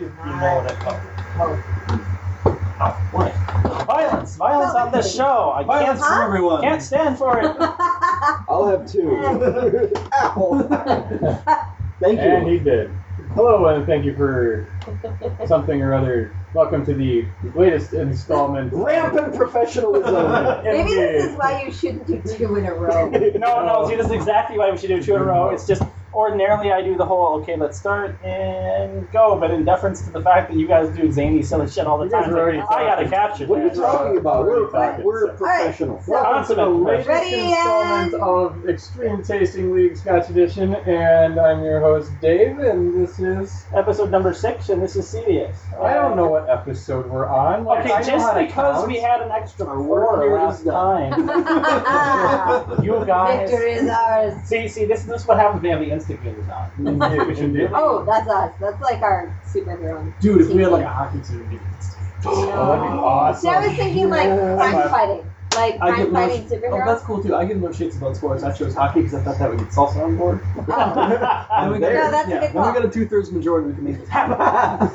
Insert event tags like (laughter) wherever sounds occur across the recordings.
You know what I call it. What? Violence! Violence on this show! I can't, Violence from everyone. (laughs) can't stand for it! I'll have two. Ow. Thank And you. he did. Hello, and thank you for something or other. Welcome to the latest installment. (laughs) Rampant professionalism. Maybe this is why you shouldn't do two in (laughs) a row. No, no, see, this is exactly why we should do two in a row. It's just ordinarily I do the whole okay, let's start and go, but in deference to the fact that you guys do zany, silly shit all the You guys time, were already I gotta talking. capture What are you that. talking about? We're, Alright, we're (laughs) so- professional. Alright, so- Welcome to the latest Ready, installment and- of Extreme Tasting League Scotch Edition, and I'm your host Dave, and this is Episode number six, and this is serious. I don't know what episode we're on. Like, Okay, I know how just to because (laughs) count. we had an extra Our work four here last is done. (laughs) time, you guys. Victory is ours. See, see, this, this is what happens when you have the instigators on. Indeed, We should do indeed. that. Oh, that's us. That's like our superhero. Dude, if we had team. like a hockey team, it'd be Oh, that'd Um, be See, I was awesome. thinking like crime Yeah. fighting, like I crime get no- fighting Oh, superheroes. that's cool too. I give no shits about sports. I chose hockey because I thought that would get salsa on board. Ah, Then we got, There. No, that's a yeah, good then we call. got a two-thirds majority. We can make this happen.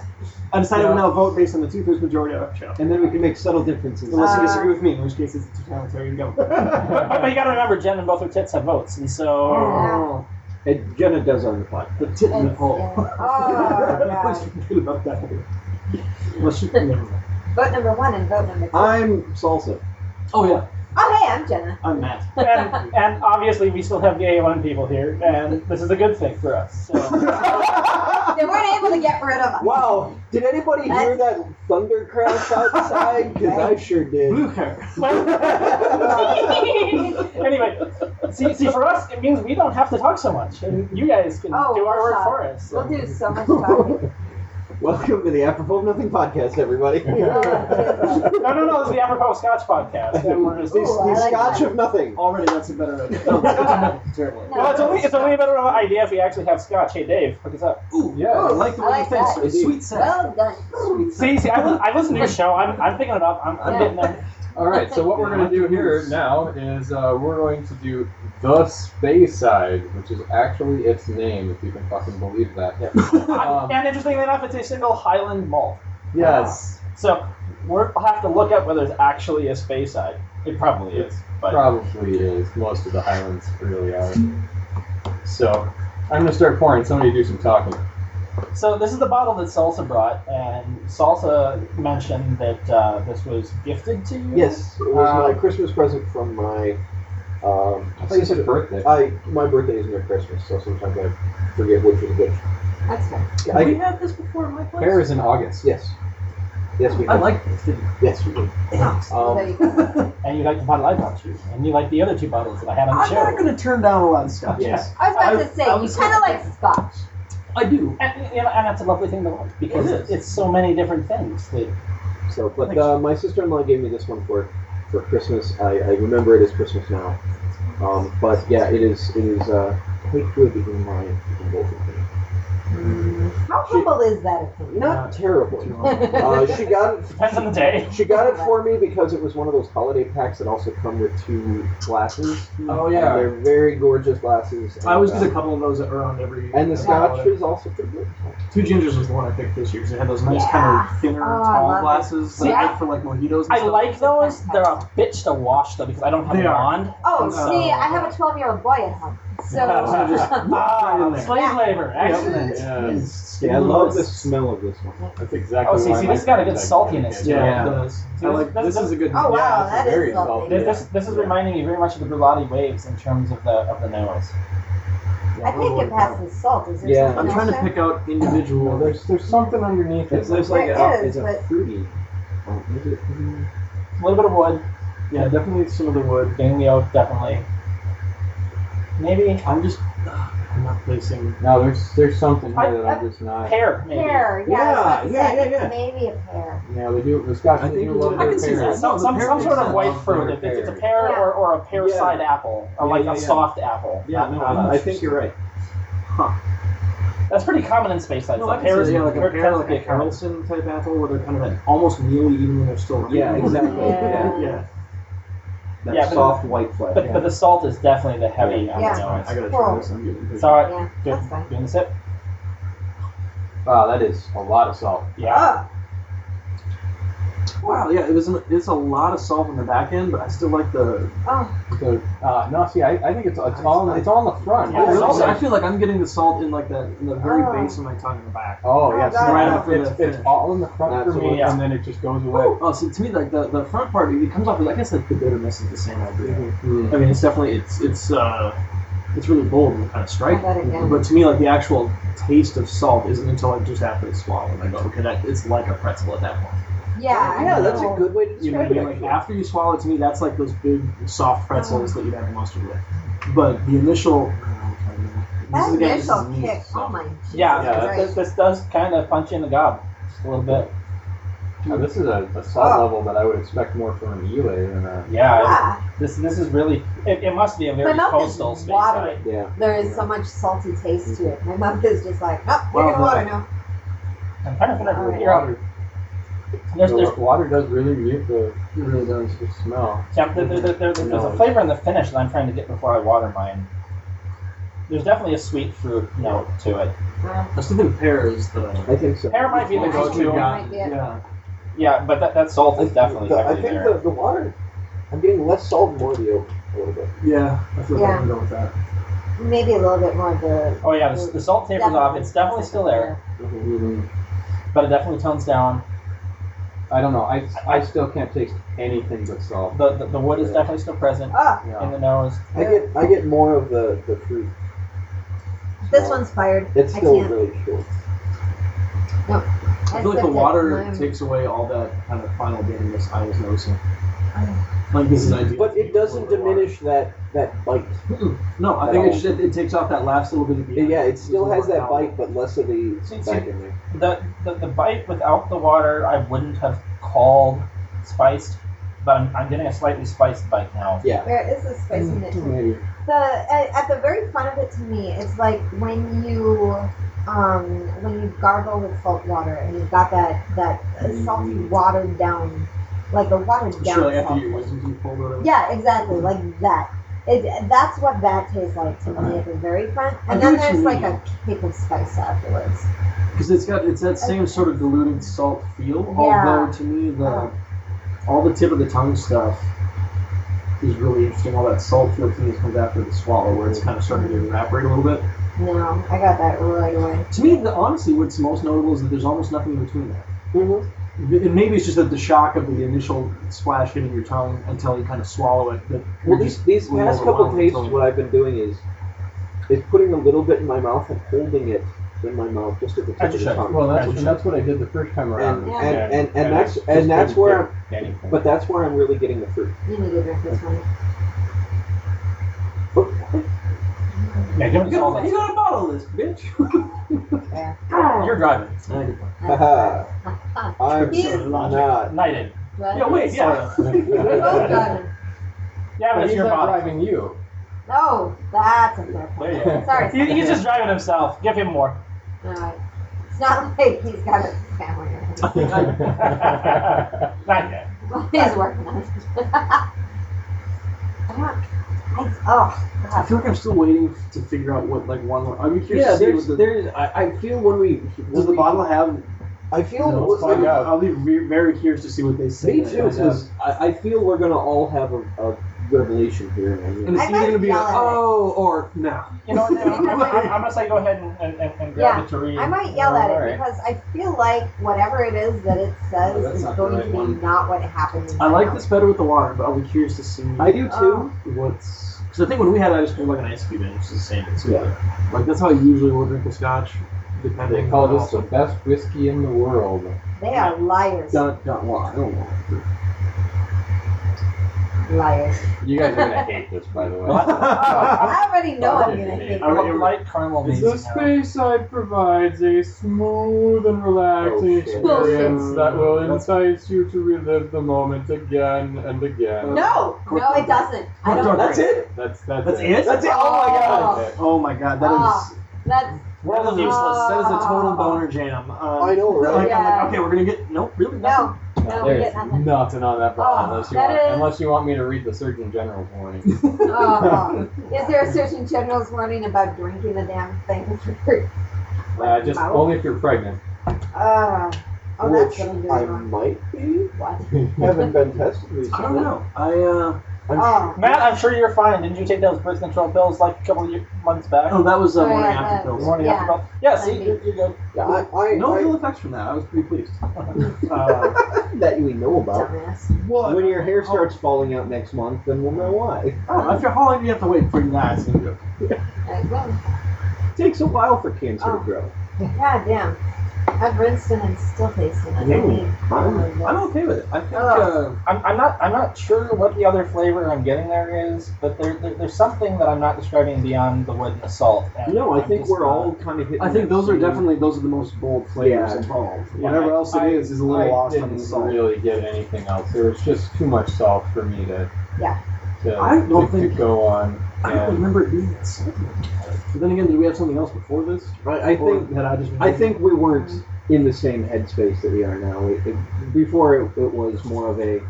I decided Yeah. we'll now vote based on the two-thirds majority of our show. And then we can make subtle differences. Unless you Uh, disagree with me, in which case it's a totalitarian (laughs) government. (laughs) But, but you gotta remember, Jen and both her tits have votes, and so. Oh, And Jenna does on the pod. the tit in the That's- hole. yeah. Oh, God. What you feel about that? Well, she, never mind. Vote number one and vote number 2 I'm salsa. Oh yeah, oh, hey, I'm Jenna. I'm (laughs) Matt. And, and obviously, we still have the A1 people here, and this is a good thing for us. (laughs) So. They weren't able to get rid of us. Wow, did anybody hear that thunder (laughs) crash outside? Because I sure did. Blue hair. anyway, see, see, for us, it means we don't have to talk so much, and you guys can Oh, do our work wow. for us. We'll do so much talking. (laughs) (laughs) Welcome to the Apropos of Nothing (laughs) podcast, everybody. Oh, No, no, no, this is the Apropos Scotch podcast, and we're just. The, Ooh, I the like Scotch that. of Nothing. Already, that's a (laughs) better idea. No, that's another terrible. idea. Well, it's only, it's only a better idea if we actually have Scotch. Hey, Dave, hook us up. Ooh, Yeah. I like the way I you like think. that. Sweet- Sweet set. Well done. See, see, I, li- I listen to your show. I'm, I'm picking it up. I'm, I'm Yeah. getting there. All right, so what we're going to do here now is uh, we're going to do the space side, which is actually its name, if you can fucking believe that. (laughs) I'm- Um, and interestingly enough, it's a single Highland malt. Yes, So we're, I'll have to look up whether it's actually a space side. It probably is, but probably is. Most of the islands really are. So I'm going to start pouring. Somebody do some talking. so this is the bottle that Salsa brought, and Salsa mentioned that uh, this was gifted to you. Yes, it was Um, my Christmas present from my. Um, I thought you said birthday. I my birthday is near Christmas, so sometimes I forget which is which. That's fair. Have I, we had this before in my place? Hair is in August. yes, yes we I have. like this. Didn't yes we do. (laughs) So there Um, you go. and you like the bottle I brought you, and you like the other two bottles that I had on the I'm show. not going to turn down a lot of scotch. yes, I was about I- to say, I you was- kind of like scotch. I do. And, you know, and that's a lovely thing to like because It is. it's so many different things. That, so but uh, my sister-in-law gave me this one for for Christmas. I, I remember it as Christmas now. Um, but yeah, it is it is uh, quite good in my in both of them. Mm. How humble is that opinion? Not terribly. (laughs) Uh, she got it. depends on the day. She got it for me because it was one of those holiday packs that also come with two glasses. Oh And yeah. they're very gorgeous glasses. I always get a and, uh, couple of those that are on every. and the every scotch holiday. is also pretty good. Two gingers was the one I picked this year because it had those nice kind of thinner, Oh, I love tall it. glasses that See, I I- like for like mojitos. And I stuff. like those. They're a bitch to wash though because I don't have They a are. wand. Oh, No. see, I have a 12 year old boy at home. So, uh, (laughs) right in Ah, there. slave labor, excellent. Yes. Yeah, I love the smell of this one. That's exactly. Oh, see, why see, my this has got a good friends like saltiness it. to it. Yeah, Yeah. it does. See, I like this- this is a good. Oh, wow, yeah, this that is very lovely. salty. This, this, this is reminding me very much of the Brulati waves in terms of the of the nose. I think it passes salt. Is there Yeah. something I'm trying to else pick out individual. Well, there's there's something underneath it. It's, it's like There a, is, it's a but- fruity. Oh, is it fruity? A little bit of wood, yeah, definitely some of the wood. getting the oak definitely. Maybe I'm just. I'm not placing. No, there's there's something I- here that I'm just not. pear, there? maybe. Pear, yeah. Yeah, I was about to yeah, say, yeah, yeah. Maybe a pear. Yeah, they do. The Scotch I they think do we love can- their I can see pears. Yeah, that. Some, the some, pear some makes sort of sense. white Love fruit. their If it's, it's a pear. pear Yeah. or, or a pear Yeah. side apple, or Yeah, like yeah, a yeah. soft apple. Yeah, Um, no, I'm- Uh, I think you're right. that's pretty common in space sides. No, though. I Pears- pears, yeah, like a pear pear, tends to like be a a common- Carlson type apple, where they're kind of like almost mealy, even when they're still ripe. Yeah, exactly. Yeah. (laughs) Yeah, yeah. that Yeah, but- soft white flesh. But, but the salt is definitely the heavy on Yeah. the I nose. gotta Well, try this. I'm getting It's all right. Yeah, Good. that's fine. Doing the sip. Wow, that is a lot of salt. Oh, Yeah. Wow, yeah, it was it's a lot of salt in the back end, but I still like the. Oh, So, uh, no, see, I, I think it's, it's all it's all in the front. Yeah, I, it's really- also- I feel like I'm getting the salt in like the in the very Oh. base of my tongue in the back. Oh yeah, Oh, see, right it's- after it's, the it's finish. all in the front That's for what- me, yeah. and then it just goes away. Oh, so to me, like the, the front part, it comes off. as I guess like the bitterness is the same idea. Mm. I mean, it's definitely it's it's uh it's really bold and kind of try striking. that again. But to me, like the actual taste of salt isn't until like just after it's swallowed. Like, okay, that it's like a pretzel at that point. Yeah. I yeah, that's know. a good way to You know what describe I mean? it. Like actually. after you swallow, it, to me, that's like those big soft pretzels that you'd have mustard with. But the initial, oh, this That is again, this initial is me, kick. so- Oh my. Jesus Yeah, Yeah. This, Christ. this does kind of punch you in the gob a little bit. Now, this is a, a salt Oh. level that I would expect more from an Ile than a. Yeah, Yeah. this this is really. It, it must be a very My mouth is coastal space. watering. Yeah. There is so much salty taste to it. My mouth (laughs) is just like, oh, Well, you're gonna water no. now. I'm trying to put Alright. it here. I'll- There's, the there's, water does really mute the, It really does. the smell. yeah, there, there, there, there- there's a flavor in the finish that I'm trying to get before I water mine. There's definitely a sweet fruit note to it. I still think pear is the. I think so. Pear might be the Ice go-to. cream Yeah, might be it. but that, that salt is definitely the, I definitely think there. the, the water. I'm getting less salt and more of the oak a little bit. Yeah, I feel like Yeah. I'm gonna go with that. Maybe a little bit more of the. Oh yeah, the, the salt tapers off. It's definitely still there, but it definitely tones down. I don't know. I, I still can't taste anything but salt. The the, the wood is definitely still present Oh, in Yeah. the nose. I get I get more of the the fruit. this one's fired. It's I still can't. really short. I feel like the sipped it. water Mine- takes away all that kind of final bitterness I was noticing. Like this is ideal. But it doesn't diminish that that bite. No, I at think all. it just it takes off that last little bit of the. Yeah, it still has that Wow. bite, but less of the See, see. back in there. The, the the bite without the water, I wouldn't have called spiced, but I'm, I'm getting a slightly spiced bite now. Yeah. There is a spice in it. Maybe. The at, at the very front of it to me, it's like when you um when you gargle with salt water and you've got that that uh, salty watered down, like a watered down Sure, like Mm-hmm. salt. after you water. after you pull it. Yeah, exactly, like that. It, that's what that tastes like to me at the very front, I and do then what there's you like mean. a kick of spice afterwards. Because it's got it's that same sort of diluted salt feel. Yeah. Although to me the all the tip of the tongue stuff is really interesting. All that salt feel to me comes after the swallow, where it's kind of starting to evaporate a little bit. No, I got that right away. To me, the, honestly, what's most notable is that there's almost nothing in between that. Mm-hmm. And maybe it's just that the shock of the initial splash hitting your tongue until you kind of swallow it. But Well, these these You're past just couple overwhelmed tastes, with what I've been doing is is putting a little bit in my mouth and holding it in my mouth just at the tip of the Actually, tongue. Well, that's, and that's what I did the first time and, around. Yeah. and, and, Yeah, and that's just and that's didn't where I'm, get anything. but that's where I'm really getting the fruit. You need to drink this one. (laughs) Yeah, give it You all gotta, you that. gotta bottle this, bitch. There. (laughs) You're driving. Haha. I'm He's- not. Knighted. Right? Yeah, wait, yeah. We're both driving. Yeah, but But it's he's your not body. driving you. No, Oh, that's a fair There point. (laughs) you go. Sorry. He, he's just driving himself. Give him more. All right. It's not (laughs) like he's got a family or anything. (laughs) Not yet. he's (laughs) working on it. I don't. I, oh, (laughs) I God. feel like I'm still waiting to figure out what like one. I'm curious Yeah, to see there's, what the, there's. I, I feel when we when does the we- bottle have? I feel No, what's find like- out. I'll be re- very curious to see what they say. me too. Because I, I feel we're gonna all have a, a revelation here. in a minute. And it's I either might gonna be yell like, at it. oh or no. You know, what, I'm, I'm, I'm gonna say go ahead and, and, and, and grab Yeah, it to read. I might yell at it Alright. because I feel like whatever it is that it Oh, says that's is not the going right to be one. not what happened. in I my like mouth. this better with the water, but I'll be curious to see I do too. Oh. what's. Because I think when we had it, I just drank like an ice cube, and it was the same. It's yeah. Like that's how I usually will drink a scotch, depending. They call on- this the best whiskey in the world. They are liars. Don't don't well, I don't Liars. You guys are gonna hate this, by the way. (laughs) want. I already know Oh, I'm yeah, going to yeah, hate yeah. I it. would like caramel beans. The space side provides a smooth and relaxing Oh, shit. experience that will That's- entice you to relive the moment again and again. No, no, it doesn't. I don't. That's drink. it. That's that's, That's it. Oh, That's it. Oh my god. That's it. Oh my god, that is. Ah. That's World of useless. That is a total boner jam. Um, I know, right? Like, I'm Yeah. like, okay, we're gonna get nope, really no. nothing. No, we there's get (laughs) nothing. nothing on that bottle Oh, unless you that want is- unless you want me to read the Surgeon General's (laughs) warning. Oh, is there a Surgeon General's warning about drinking the damn thing? Uh, just Mouth? only if you're pregnant. (laughs) Uh, oh, that's which gonna do I it wrong. might be. What? Haven't been tested I recently. don't know. I uh, I'm Oh. Matt, I'm sure you're fine. Didn't you take those birth control pills like a couple of year- months back? oh, that was uh, Oh, morning yeah, after The pills. morning Yeah. after pill? Yeah, see, Maybe. you're, you're good. Yeah, I, I, No I- ill effects from that. I was pretty pleased. uh, that we know about. Dumbass. what? When your hair starts falling out next month, then we'll know why. Oh, after how long do you have to wait for that? It's gonna go. Like, well, It takes a while for cancer to Uh, Oh. grow. God damn. I've rinsed and I'm still tasting it. I oh, Mm. need all of I'm this. okay with it. I think. Uh, Ugh. I'm, I'm not I'm not sure what the other flavor I'm getting there is, but there, there there's something that I'm not describing beyond the wood and the salt. And No, I I'm think just we're not- all kind of hitting. I think that those are same- definitely those are the most bold flavors Yeah. involved. Yeah, Whatever I- else it I- is is a little I lost on didn't the salt. really get anything else. There was just too much salt for me to. Yeah. To, I don't to- to think- go on. I don't And remember it being that salty. But then again, did we have something else before this? I, I Or think that I just. I think we weren't in the same headspace that we are now. It, it, before it, it was more of a,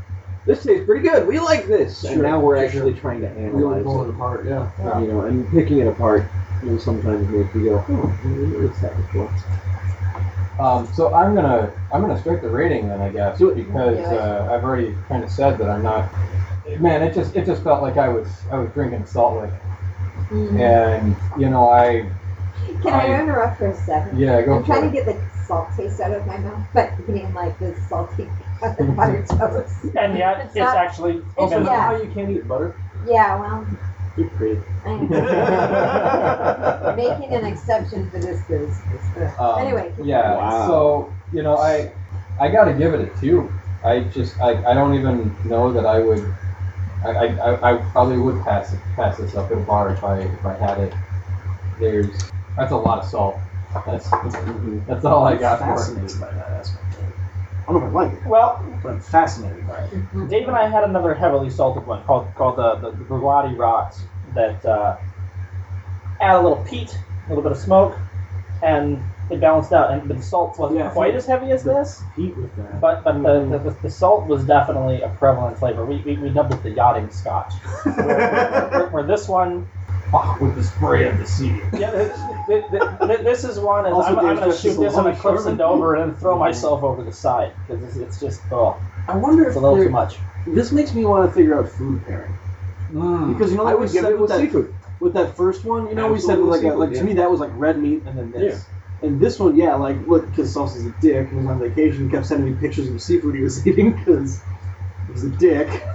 this tastes pretty good. We like this, and Sure, now we're sure. actually trying to really analyze pulling it apart. Yeah. it. You know, and picking it apart will sometimes make you go, oh, what's that before? (laughs) um, so I'm gonna I'm gonna strike the rating then I guess Do it. because Yeah. uh, I've already kind of said that I'm not. Man, it just it just felt like I was I was drinking Salt Lake, Mm-hmm. Mm. and you know I Can I I- interrupt for a second? yeah go I'm for trying to get it. the salt taste out of my mouth, but getting like this salty (laughs) butter toast. And yet It's it's, not- actually it's- okay. yeah. how you can't eat butter? Yeah, well, You're crazy. I'm making an exception for this booze. It's, uh, Um, Anyway, keep yeah. Wow. So you know, I I gotta give it a two. I just I, I don't even know that I would. I, I, I- I probably would pass it, pass this up at a bar if I if I had it. There's that's a lot of salt. That's that's all I got for it. fascinated by that aspect. of it. I don't know if I like it, Well, but I'm fascinated by it. Dave and I had another heavily salted one called called uh, the the, the Berlotti Rocks that uh, add a little peat, a little bit of smoke, and it balanced out. And but the salt wasn't Yeah. quite as heavy as this. Heat with that. But but Hmm. the, the, the, the salt was definitely a prevalent flavor. We, we, we dubbed it the yachting (laughs) scotch. Where, where- where this one, Fuck, with the spray of the sea. yeah, th- th- th- this is one. Is Also, I'm, I'm Dave, going to this is a shoot this on a long cliff sermon. and over and then throw myself over the side because it's, it's just oh, I wonder if it's a little too there, (laughs) much. (laughs) this makes me want to figure out food pairing Mm. because you know I like we would give said it with with that, seafood. with that first one, you know we said Absolutely like a, seafood, like yeah. to me that was like red meat and then this. And this one, yeah, like look, because Salsa's a dick and was on vacation, he kept sending me pictures of seafood he was (laughs) eating because he was a dick. (laughs)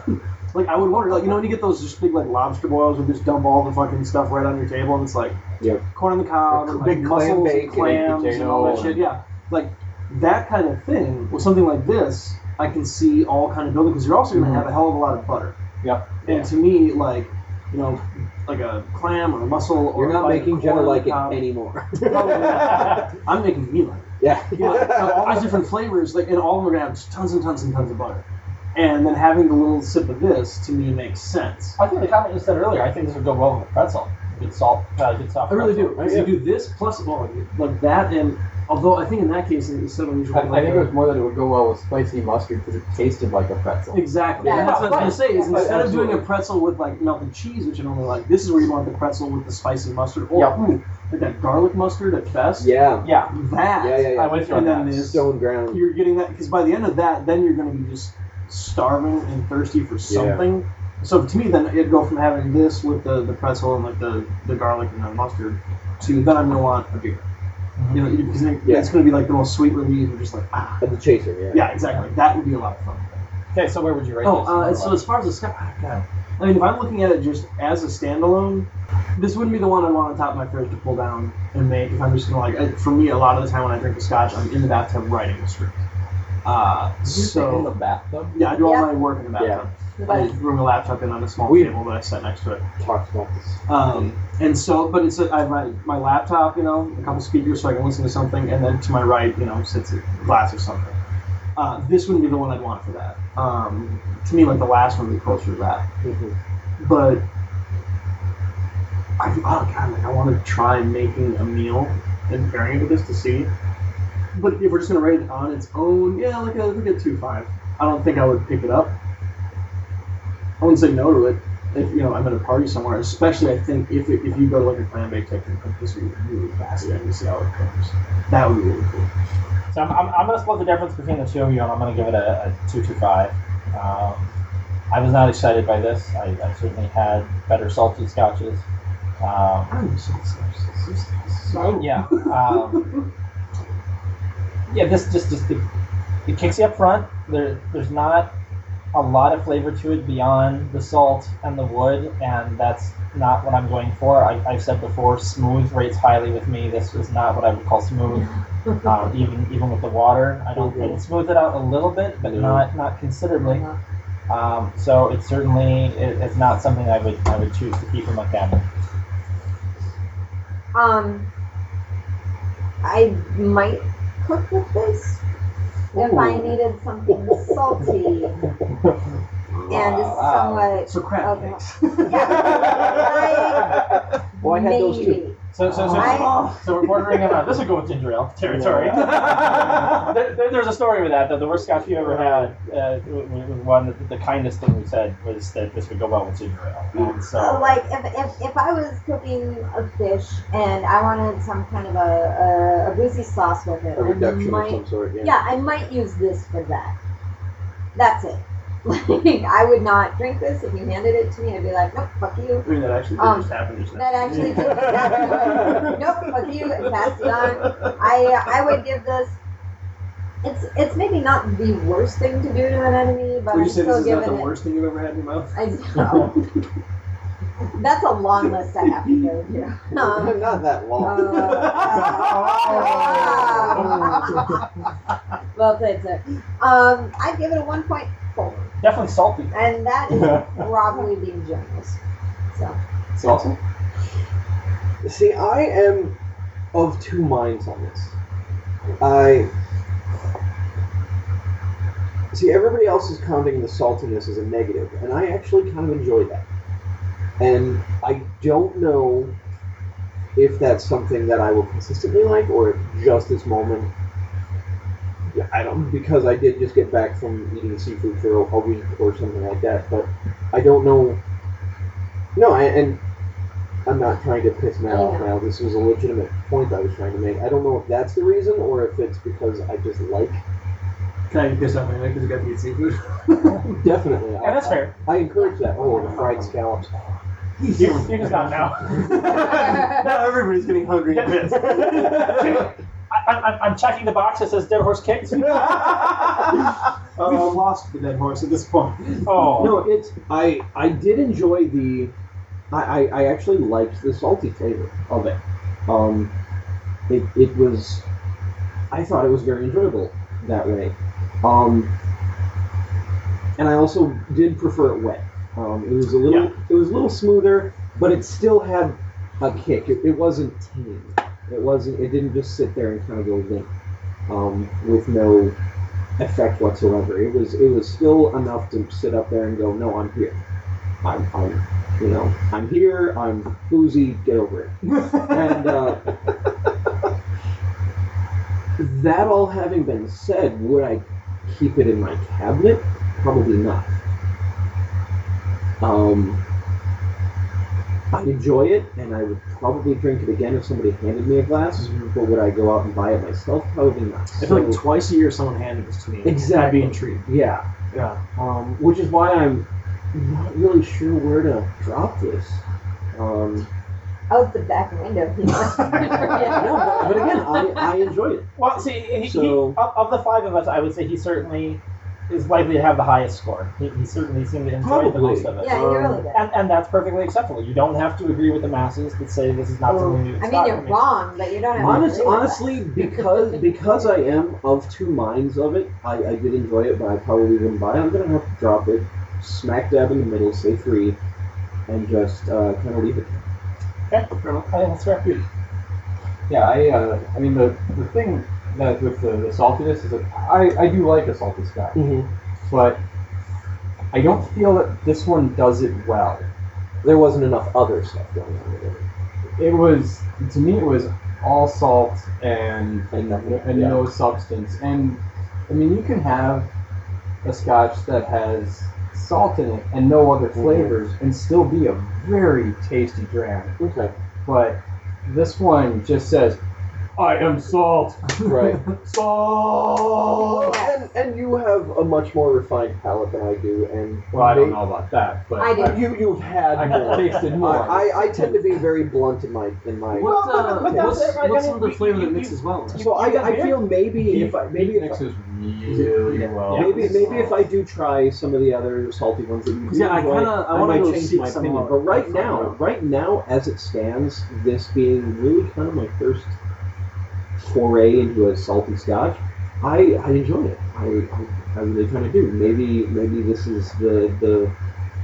like I would wonder, like you know when you get those just big like lobster boils where you just dump all the fucking stuff right on your table and it's like Yep. corn on the cob, Or and, cl- like, big clam mussels and bake and clams and, all that potato shit. and- Yeah, like that kind of thing with something like this, I can see all kind of building because you're also going to Mm-hmm. Mhm. have a hell of a lot of butter. Yep. And Yeah. to me, like you know, like a clam or a mussel or You're a not bite of making Jenna corn like it cob. Oh, anymore. (laughs) I'm making me like yeah. it. Like, of all these different flavors, like and all of them are gonna have just tons and tons and tons of butter. And then having the little sip of this to me makes sense. I think the comment you said earlier. I think this would go well with a pretzel. Good salt, uh, good soft. I really do. pretzel. Because you do this plus well, like that, and although I think in that case it's so unusual. (laughs) I, I think it was more that it would go well with spicy mustard because it tasted like a pretzel. Exactly. Yeah, and that's what I right. was gonna say. Is Yeah, instead of doing a absolutely. pretzel with like melted cheese, which I normally like, this is where you want the pretzel with the spicy mustard or Yeah. ooh, like that garlic mustard at best. Yeah. Yeah, That. Yeah, yeah, yeah. I'm with you on And then that. this. Stone ground. you're getting that because by the end of that, then you're going to be just starving and thirsty for something. So to me, then it'd go from having this with the, the pretzel and like the, the garlic and the mustard to then I'm going to want a beer. You know, because it, Yeah. it's going to be like the most sweet relief. You're just like ah, Of the chaser, yeah. yeah, exactly. That would be a lot of fun. Okay, so where would you rate Oh, this? uh, so as far as the sky, ah, God. I mean, if I'm looking at it just as a standalone, this wouldn't be the one I want on top of my fridge to pull down and make. If I'm just gonna like, I, for me, a lot of the time when I drink a scotch, I'm in the bathtub writing the script. Uh, in the so bathtub. yeah, I do all Yeah. my work in the bathtub. (laughs) I Like, bring a laptop in on a small We- table that I set next to it. Talks about this. Um, and so, but it's a, I have my, my laptop, you know, a couple speakers so I can listen to something, and then to my right, you know, sits a glass or something. Uh, this wouldn't be the one I'd want for that. Um, to me, like the last one would be closer to that. (laughs) Mhm. But I, oh god, like I want to try making a meal and pairing it with this to see. But if we're just gonna rate it on its own, yeah, like uh, a like a two five. I don't think I would pick it up. I wouldn't say no to it. if you know I'm at a party somewhere, especially I think if, if you go to like a clam bake kitchen, this would be really fascinating to see how it comes. That would be really cool. So I'm, I'm, I'm going to split the difference between the two of you, and I'm going to give it a, a 2 to 5. Um, I was not excited by this. I, I certainly had better salty scotches. Um, I'm so excited. yeah. Um, yeah, this just, just it, it kicks you up front. There, There's not a lot of flavor to it beyond the salt and the wood, and that's not what I'm going for. I, I've said before, smooth rates highly with me. This is not what I would call smooth. (laughs) um, even even with the water, I don't. I can smooth it out a little bit, but not not considerably. Um, so it's certainly it, it's not something I would I would choose to keep in my cabinet. Um, I might cook with this if I needed something salty and Wow. (laughs) somewhat. So crab Okay. cakes. Yeah. (laughs) Well, I had maybe. those too. So so so, I- so we're bordering on this would go with ginger ale territory. (laughs) Uh, there, there- there's a story with that. That the worst scotch you ever had uh, w- w- was one that the kindest thing we said was that this would go well with ginger ale. And so Uh, like if, if, if I was cooking a fish and I wanted some kind of a, a, a boozy sauce with it, A reduction I of might, some sort. Yeah. yeah, I might use this for that. That's it. (laughs) Like I would not drink this if you handed it to me. I'd be like, nope, fuck you. I mean, that actually did Um, just happen just now. That actually, (laughs) did- (laughs) that's, nope, fuck you. and Pass it on. I uh, I would give this. It's it's maybe not the worst thing to do to an enemy, but Would I'm you say this still is not giving the it. worst thing you've ever had in your (laughs) mouth? I know. That's a long list I have to go through. uh, Um, Not that long. uh, well played, sir. Um, I'd give it a 1.4, definitely salty. and (laughs) that is probably being generous. So, Salsa? See, I am of two minds on this. I see everybody else is counting the saltiness as a negative, and I actually kind of enjoy that. And I don't know if that's something that I will consistently like, or if just this moment. Yeah, I don't because I did just get back from eating seafood for a a week or something like that, but I don't know. No, I, and I'm not trying to piss Matt off Yeah. now. This was a legitimate point I was trying to make. I don't know if that's the reason or if it's because I just like. Can I get pissed off anyway because you got to eat seafood? (laughs) Definitely. I, Yeah, that's fair. I, encourage that. Oh, the fried scallops. You, you just not now. (laughs) now everybody's getting hungry. Get this. (laughs) I, I, I'm checking the box that says dead horse (laughs) kicked. Uh, We've lost the dead horse at this point. Oh, No, it's I. I did enjoy the. I, I, I actually liked the salty flavor of it. Um, it it was. I thought it was very enjoyable that way. Um, and I also did prefer it wet. Um, it was a little. It was a little smoother, but it still had a kick. It, it wasn't tame. It wasn't. It didn't just sit there and kind of go limp um, with no effect whatsoever. It was it was still enough to sit up there and go, no, I'm here. I'm, I'm you know, I'm here. I'm boozy. Get over it. and uh, that all having been said, would I keep it in my cabinet? Probably not. Um, I enjoy it, and I would probably drink it again if somebody handed me a glass. But would I go out and buy it myself? Probably not. Mm-hmm. I feel So- like twice a year someone handed this to me. I'd Exactly. be intrigued. yeah, Yeah. um, which is why I'm not really sure where to drop this. Um, out the back window. he wants to no, (laughs) but, but again, I, I enjoyed it. well, see, he, he- So- of, of the five of us, I would say he certainly is likely to have the highest score. He, he certainly seemed to enjoy the Probably. most of it. yeah, you really did. And, and that's perfectly acceptable. You don't have to agree with the masses that say this is not Well, something you Oh, I mean, stop. you're wrong, but you don't have Honest, to. agree with us. honestly, because because I am of two minds of it, I, I did enjoy it, but I probably wouldn't buy it. I'm gonna have to drop it smack dab in the middle, say three, and just uh, kind of leave it. I think that's fair. Yeah, I uh, I mean the, the thing that with the, the saltiness is that I, I do like a salty scotch, Mhm. but I don't feel that this one does it well. There wasn't enough other stuff going on with it. It was to me it was all salt and And nothing, and yeah. no substance. And I mean you can have a scotch that has salt in it and no other Mm-hmm. flavors, and still be a very tasty dram. Okay. But this one just says, "I am salt." Right. (laughs) Salt. Oh, and, and you have a much more refined palate than I do, and Well, I don't know about that, but I do. You you've had I more. have tasted I, more. I, I tend to be very blunt in my in my. Well, uh, but what's- that's it, right? what's I mean, another you- flavor you- that mixes you- well with it? so you got I, I beer? feel maybe if I maybe if I, mixes really well. Yeah. Maybe maybe if I do try some of the other salty ones that you do Yeah, I enjoy, kinda- I wanna might go change seek my some opinion. out. But right Find now, out. right now, as it stands, this being really kind of my first foray into a salty scotch, I, I enjoy it. I, I, I really kind of do. Maybe maybe this is the the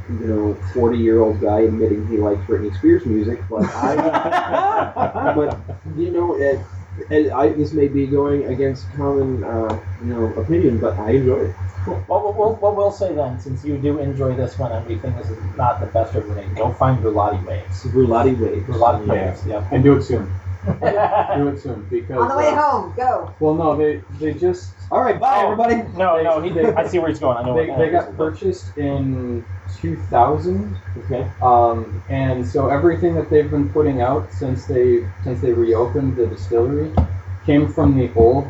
you know forty year old guy admitting he likes Britney Spears music, but I (laughs) but you know it. it- I, this may be going against common, uh, you know, opinion, but I enjoy it. Cool. Well, well, well, well, we'll say then, since you do enjoy this one and we think this is not the best of the day, go find Brulati Waves. Brulati waves. Brulati Yeah. Waves, (laughs) yeah. And do it soon. no, Do it soon because. On the way uh, home, go. well, no, they they just All right, bye Oh. everybody. no, he did. I see where he's going. I know they, what- they got purchased in 2000, Okay. um, and so everything that they've been putting out since they since they reopened the distillery came from the old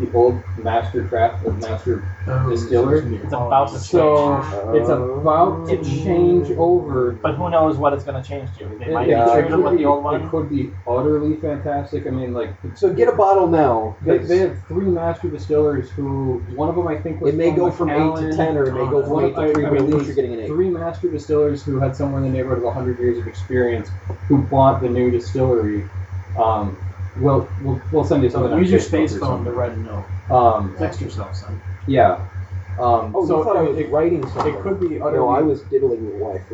the old master craft of master. Distiller? It's about to change. So it's about to change over. but who knows what it's going to change to? They might Yeah, be it, true could with be, the old it (laughs) one. could be utterly fantastic. I mean, like So get a bottle now. they, 'cause they have three master distillers who one of them I think was it may go from eight McAllen. to ten, or it may go One from of- eight to three, I- I but at mean, least those you're getting an eight. three master distillers who had somewhere in the neighborhood of 100 years of experience who bought the new distillery. Um, we'll, we'll, we'll send you something. on Use your Facebook space or phone to something. write a note. Um, Text yourself, son. yeah. Um, Oh, so you thought I was it, writing it something? could be utterly. no, I was diddling your wife. (laughs)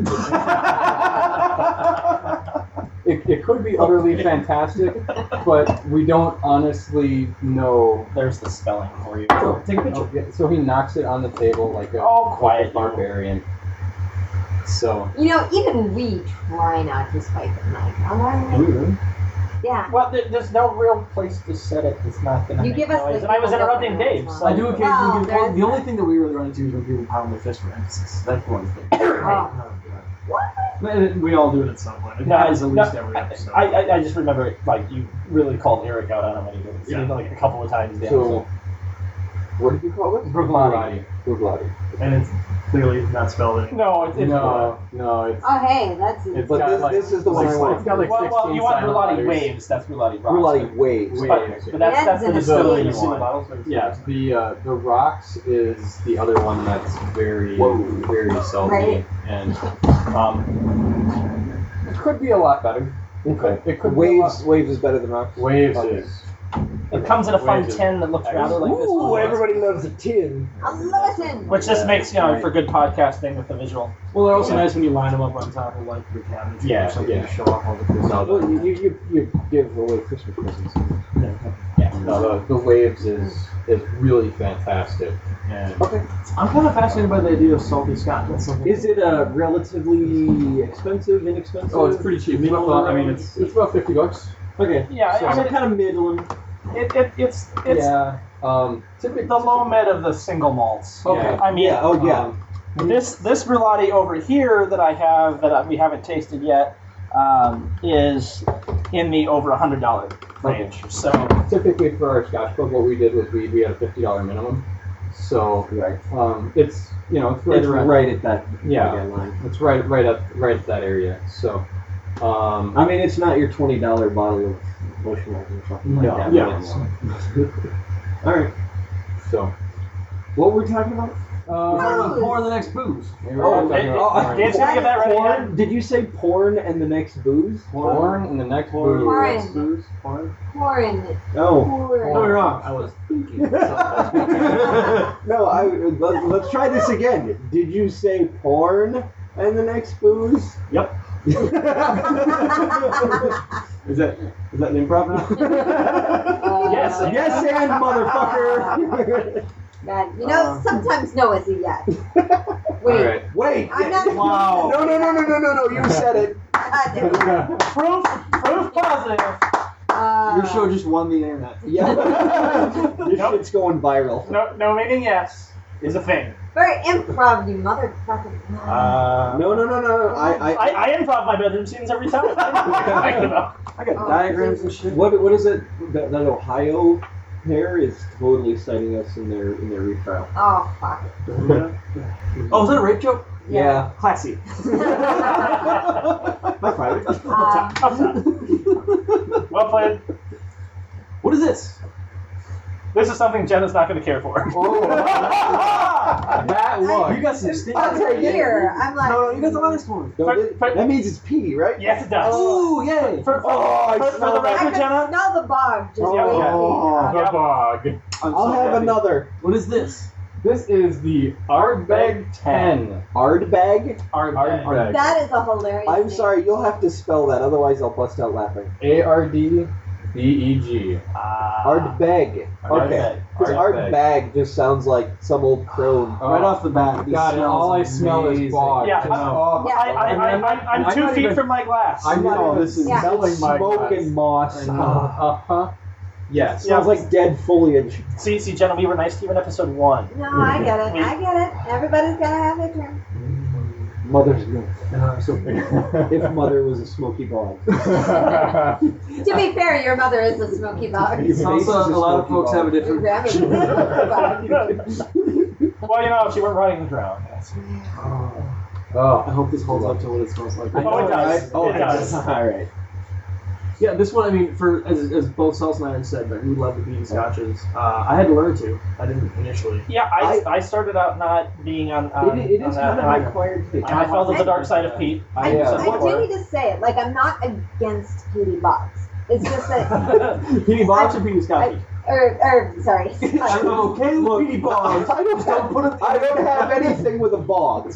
It, it could be utterly fantastic, (laughs) but we don't honestly know. There's the spelling for you. Take a picture. Oh, yeah, so he knocks it on the table like Oh. a, All like a quiet. barbarian. So. You know, even we try not to spike at night. I'm like, Yeah. Well, there, there's no real place to set it. It's not going to You make give us noise. the- And I was interrupting Dave. So I do occasionally Wow, give. there's- the only thing that we really run into is when people pound their fist for emphasis. That's one thing. Oh. Man, We all do it at some point. It No, happens at no, least every episode. I, I, I just remember like you really called Eric out on him when he did it. He Yeah. did it, like a couple of times. Yeah. So, what did you call it? Brooklyn. Bruglati. and it's clearly not spelled in. No, it's, it's No, no, it's, Oh, hey, that's it's But got this, like, this is the one I like want. it's got like well, well, 16 you want silent Brulati letters. waves. That's Brulati Rocks. Brulati waves. Wait. But, but that's, that's the That's distillery an you see the one. bottles. Yeah, the uh, the rocks is the other one that's very Whoa. very salty Right. and um, it could be a lot better. Okay. It could be a Waves. lot. Waves is better than rocks. Waves Okay. is It comes in a fun Waves. tin that looks rather like this Ooh, one, everybody loves a tin. a Lewison. which just Yeah, makes you know right. for good podcasting with the visual. Well, they're also Yeah. nice when you line them up on top of like your cabinet Yeah, or something yeah. to show off all the cool stuff. Well, you, you, you, you give away Christmas presents. yeah, no, the, the waves is is really fantastic and Okay. I'm kind of fascinated by the idea of salty scotch. That's something. Is it uh, relatively expensive? Inexpensive? oh, it's pretty cheap. It's Middle about- I mean, road. it's it's about fifty bucks. okay. Yeah, So- I I'm mean, kind of middling. it, it, it's it's yeah, um, typically the low med of the single malts. Okay. I mean, um, Yeah. Oh, yeah. This this brulati over here that I have that I, we haven't tasted yet um, is in the over a hundred dollar range. So typically for our Scotch Club, what we did was we, we had a fifty dollar minimum. So Right. um, it's you know it's right it's around right at that Yeah. again line. It's right, right up, right at that area. So, um, I mean, it's not your twenty dollar bottle of moisturizer or something No, like that. yeah. Yeah. (laughs) All right. so. What were we talking about? (laughs) Uh, Oh. pour the next booze. oh, it- it- Dave's gonna get that right porn? again. Did you say porn and the next booze? Porn in the next Porn. booth. Porn. Next booze. Porn. Pouring. (laughs) Oh. No, (laughs) Pouring. you're wrong. I was thinking. something. No, I, let, let's try this again. Did you say porn and the next booze? Yep. (laughs) is that is that an improv now? (laughs) Yes. Oh, Yes, and motherfucker. God, you know, Um. sometimes no is a yes. All Wait, (laughs) right. Wait. I'm not. Wow. No, no, no, no, no, no, no. You said it. I do. (laughs) proof proof positive. Uh, Your show just won the internet. (laughs) Yeah. this Nope. shit's going viral. No no meaning yes. is a thing. Very improv, you motherfucker. Uh, No, no, no, no. I, I, I, I improv my bedroom scenes every time. I don't know what you're talking about. I got Oh, diagrams and shit. what, what is it? That, that Ohio pair is totally citing us in their in their retrial. oh fuck. Oh, is that a rape joke? Yeah. Classy. (laughs) My (laughs) private. Um, Up top. well played. What is this? This is something Jenna's not going to care for. Oh, that one. You got some stink. over here, I'm like. No, no, you got the last one. No, Fir- that, fir- that means it's pee, right? (laughs) yes, it does. Oh, yay! For, for, Oh, I for, for smell the I record, can Jenna, smell the bog just Oh. waiting. Oh. Yeah. bog. I'm so I'll have happy. another What is this? This is the Ardbeg 10. Ard bag. Ardbeg. Ardbeg. That is a hilarious. I'm name. sorry, you'll have to spell that, otherwise I'll bust out laughing. A R D B E G. Ah. Ard bag. Okay. Ardbeg. Because ard Ardbeg. bag just sounds like some old crone. Oh, right off the bat, this God, and smells all I amazing. smell is bog. Yeah, Just- I know. oh, Yeah. I, I, I, I'm, I'm, I'm two not feet even- from my glass. I'm No, not even this is Yeah. smelling my smoke glass. and moss. I know. Ah, Uh huh. Yes. Yeah. Smells like dead foliage. see, see, Jenna, we were nice to you in episode (laughs) one. (laughs) No, I get it. I get it. Everybody's gotta have (laughs) their turn. Mother's milk. And I'm so If mother was a smoky bog. To be fair, your mother is a smoky (laughs) bog. (laughs) Your face is also, a lot of smoky folks have a bog. different. Exactly. (laughs) well, you know, if she weren't running the ground. that's- Oh, I oh. hope this holds up to what it smells like. Oh, it does. right? Oh, (laughs) It does. All right. Yeah, this one. I mean, for as, as both Salsa and I have said, that we love the bean scotches. Uh, I had to learn to. I didn't initially. (laughs) Yeah, I, I, started out not being on, on, It, it on is Uh, that, kind and I, of required to. and I fell to the dark side of Pete. I, Yeah. I do need to say it. Like, I'm not against beauty box. It's just that, Petey Boggs or Petey Scotch? or, or (laughs) sorry. I'm okay with Petey Boggs. I don't have, Put it- I don't have anything with a bog.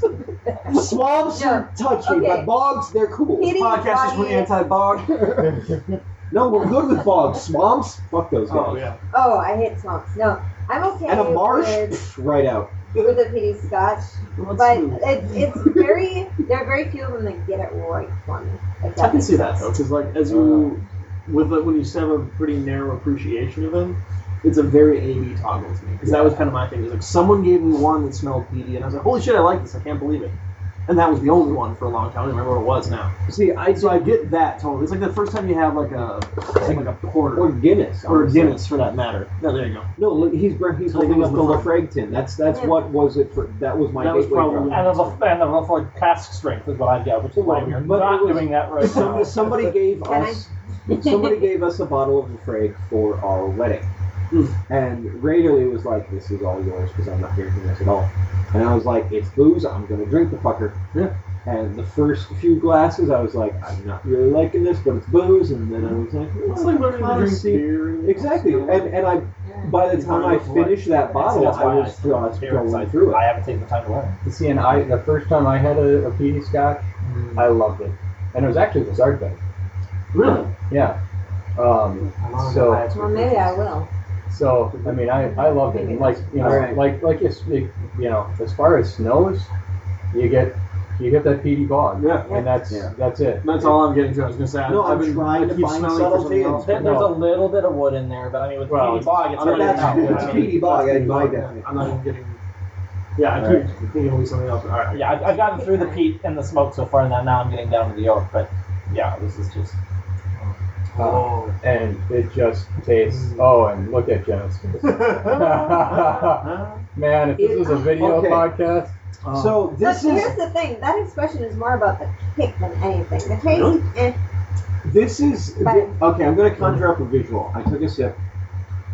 Swamps are touchy, Okay. but bogs they're cool. Kitty (laughs) Podcast is body. really anti-bog. No, we're good with bogs. Swamps, fuck those guys. Oh yeah. oh, I hate swamps. No, I'm okay And a marsh, with, psh, right out. (laughs) with a pity scotch, Let's but do it. it's it's very there are very few of them that get it right for me. If I can makes see that sense. though, because like as you with like, when you have a pretty narrow appreciation of them, it's a very AB toggle to me. Because that was kind of my thing. It was like someone gave me one that smelled peaty, and I was like, holy shit, I like this. I can't believe it. And that was the only one for a long time. I don't remember what it was now. See, I So I get that totally. It's like the first time you have like a like a porter or Guinness or a honestly. Guinness for that matter. No, there you go. No, look, he's br- he's holding Like up it the was Lafragton. That's that's Yeah. what was it for? That was my That was gateway drug. probably- (laughs) And the, and the Lafroy cask strength is what I get, which is why we're But not it was- doing that right now. Some, somebody gave Can I- us somebody gave us a bottle of the Frag for our wedding, Hmm. and Raderly was like, "This is all yours because I'm not drinking this at all," and I was like, "It's booze. I'm gonna drink the fucker." Yeah. And the first few glasses, I was like, "I'm not really liking this, but it's booze," and then I was like, It's like learning to drink Honestly, beer. and- "Exactly." And and I by the time I finished that bottle, that's I why was I- just going through it. I haven't taken the time to learn. You see, and I the first time I had a, a PD scotch, Mm. I loved it, and it was actually this Ardbeg. Really? Yeah. Um, so Well, maybe I will. so I mean I, I loved it. And like you know Alright. like like you, s- you you know as far as snows, you get you get that PD bog, Yeah. and that's Yeah. that's it. That's all I'm getting to. I was gonna say. I- No, I've I'm been, trying I to keep find smelling for something subtlety and else. There- there's a little bit of wood in there, but I mean, with Well, PD Bog, it's I'm not already even- out. it's I mean, PD bog, I E buy I'm that. not even getting. Yeah, I All keep thinking it'll be something else. All right. Yeah, I've, I've gotten through the peat and the smoke so far, and now now I'm getting down to the oak. But yeah, this is just Uh, Oh. Uh, and it just tastes. Mm. Oh, and look at Jenna's face. Man, if this It- was a video okay. podcast, Oh. (laughs) So But this is here's the thing. That expression is more about the kick than anything. The taste, Really? eh, this is But- okay. I'm gonna conjure up a visual. I took a sip,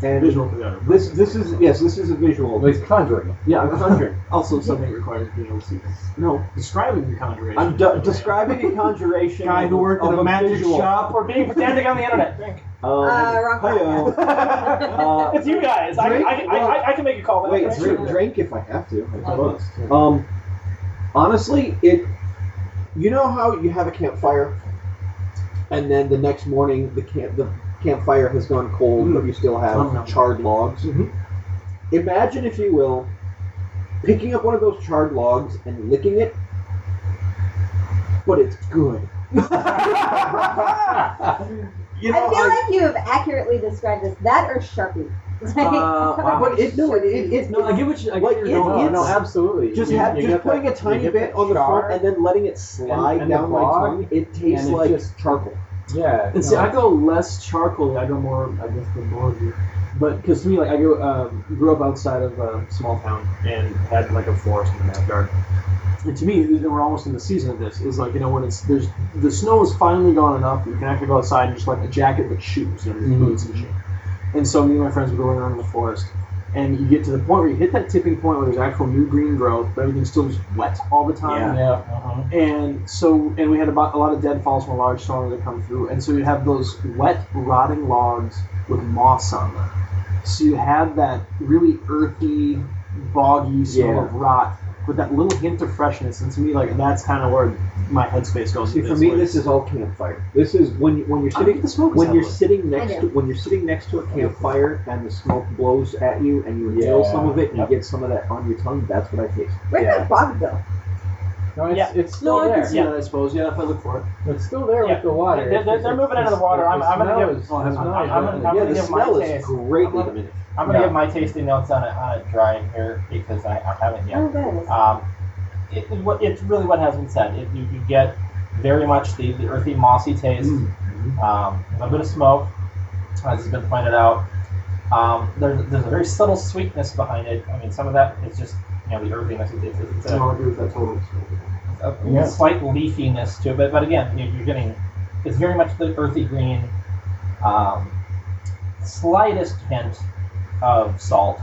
and visual for the other. this this is yes, this is a visual. it's conjuring. Yeah, I'm (laughs) conjuring. Also, something that requires visual sequence. No, Describing the conjuration. I'm de- describing a conjuration. guy who worked of in a magic visual. shop. we're (laughs) being pedantic on the internet. Drink. Um, Uh, wrong hi-yo. (laughs) (laughs) Uh, (laughs) It's you guys. I, I, I, I, I can make a call. Wait, That's drink, right. drink if I have to. I suppose. Um, honestly, it. You know how you have a campfire, and then the next morning the camp the campfire has gone cold, but you still have Mm. charred logs. Mhm. Imagine, if you will, picking up one of those charred logs and licking it, but it's good. (laughs) you know, I feel like you have accurately described this. That or Sharpie. (laughs) Uh, Wow. But it no, it, it, it no, I get what you. I get like where it, you're going. it's, No, no, absolutely. Just You- have- you just get the- putting a you tiny get bit on the char front and then letting it slide and the down my bog, tongue. It tastes and it like just- charcoal. Yeah. And see, no. I go less charcoal. I go more, I guess, the more of you. But because to me, like I go, um, grew up outside of a small town and had like a forest in the backyard. And to me, and we're almost in the season of this. Is like you know when it's there's the snow is finally gone enough that you can actually go outside and just like a jacket but shoes and Mhm. boots and shit. And so me and my friends were going around in the forest, and you get to the point where you hit that tipping point where there's actual new green growth, but everything's still just wet all the time. Yeah. Yeah. Uh-huh. And so, and we had about a lot of deadfalls from a large storm that come through, and so you have those wet, rotting logs with moss on them. So you have that really earthy, boggy smell Yeah. of rot with that little hint of freshness. And to me, like that's kind of where my headspace goes. See, with for me, like, this is all campfire. This is when when you're I sitting think the smoke. is when you're heavily. sitting next I to, when you're sitting next to a campfire and the smoke blows at you and you inhale Yeah. some of it and Yep. you get some of that on your tongue. That's what I taste. Where'd Yeah. that bog go? No, it's, Yeah. it's still no, I there. can see Yeah. that. I suppose. Yeah, if I look for it. It's still there Yeah. with the water. They're- they're- It's- they're it's- moving into the it's- water. I'm- the I'm gonna smell give- is- I'm- the smell I'm- is I'm really- gonna yeah, the give my smell is taste. greatly I'm gonna- diminished. I'm gonna Yeah. give my tasting notes on it on it dry here because I, I haven't yet. Oh, good. Uh, Um, it, it, what- it's really what has been said. It, you, you get very much the, the earthy, mossy taste, Mm. Mm-hmm. um, a bit of smoke, as has been pointed out. Um, there, there's a very subtle sweetness behind it. I mean, some of that is just you know the earthiness. It's, it's, it's a, No, I agree with that totally. a Yeah. Uh, slight leafiness to it, but, but again, you're, you're getting it's very much the earthy green, um, slightest hint of salt,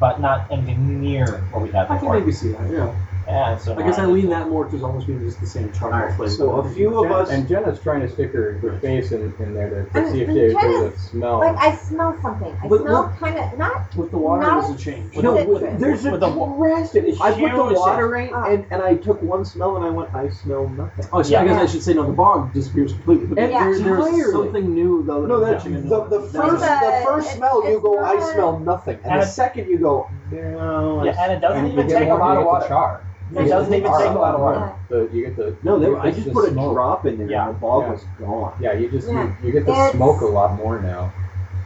but not anything near what we had I can before. maybe see that. Yeah. And so I guess now I lean that more towards almost being just the same charcoal Alright, flavor. so a few of Jen- us. And Jenna's trying to stick her, her face in, in there to, to I'm- see if I'm there's trying a smell. Like I smell something. I But smell what- kind of not. with the water, Not there's a a change. with no, the- with- there's with a the wa- drastic. I put the huge- water in Ah. and, and I took one smell and I went, I smell nothing. Oh, so I guess I should say no. The bog disappears completely. But And there, entirely. there's something new though. No, I'm that catching in the, the That's first it. the But first it- smell you it's go, I not- smell nothing, and, And the it- second you go, no, I Yeah, and it doesn't And even you take a get lot the of water. char. It doesn't even take a lot of water. The, you get the No, they you were, get I the just put a smoke. drop in there, Yeah. and the ball Yeah. was gone. Yeah, you just Yeah. You, you get the It's- smoke a lot more now.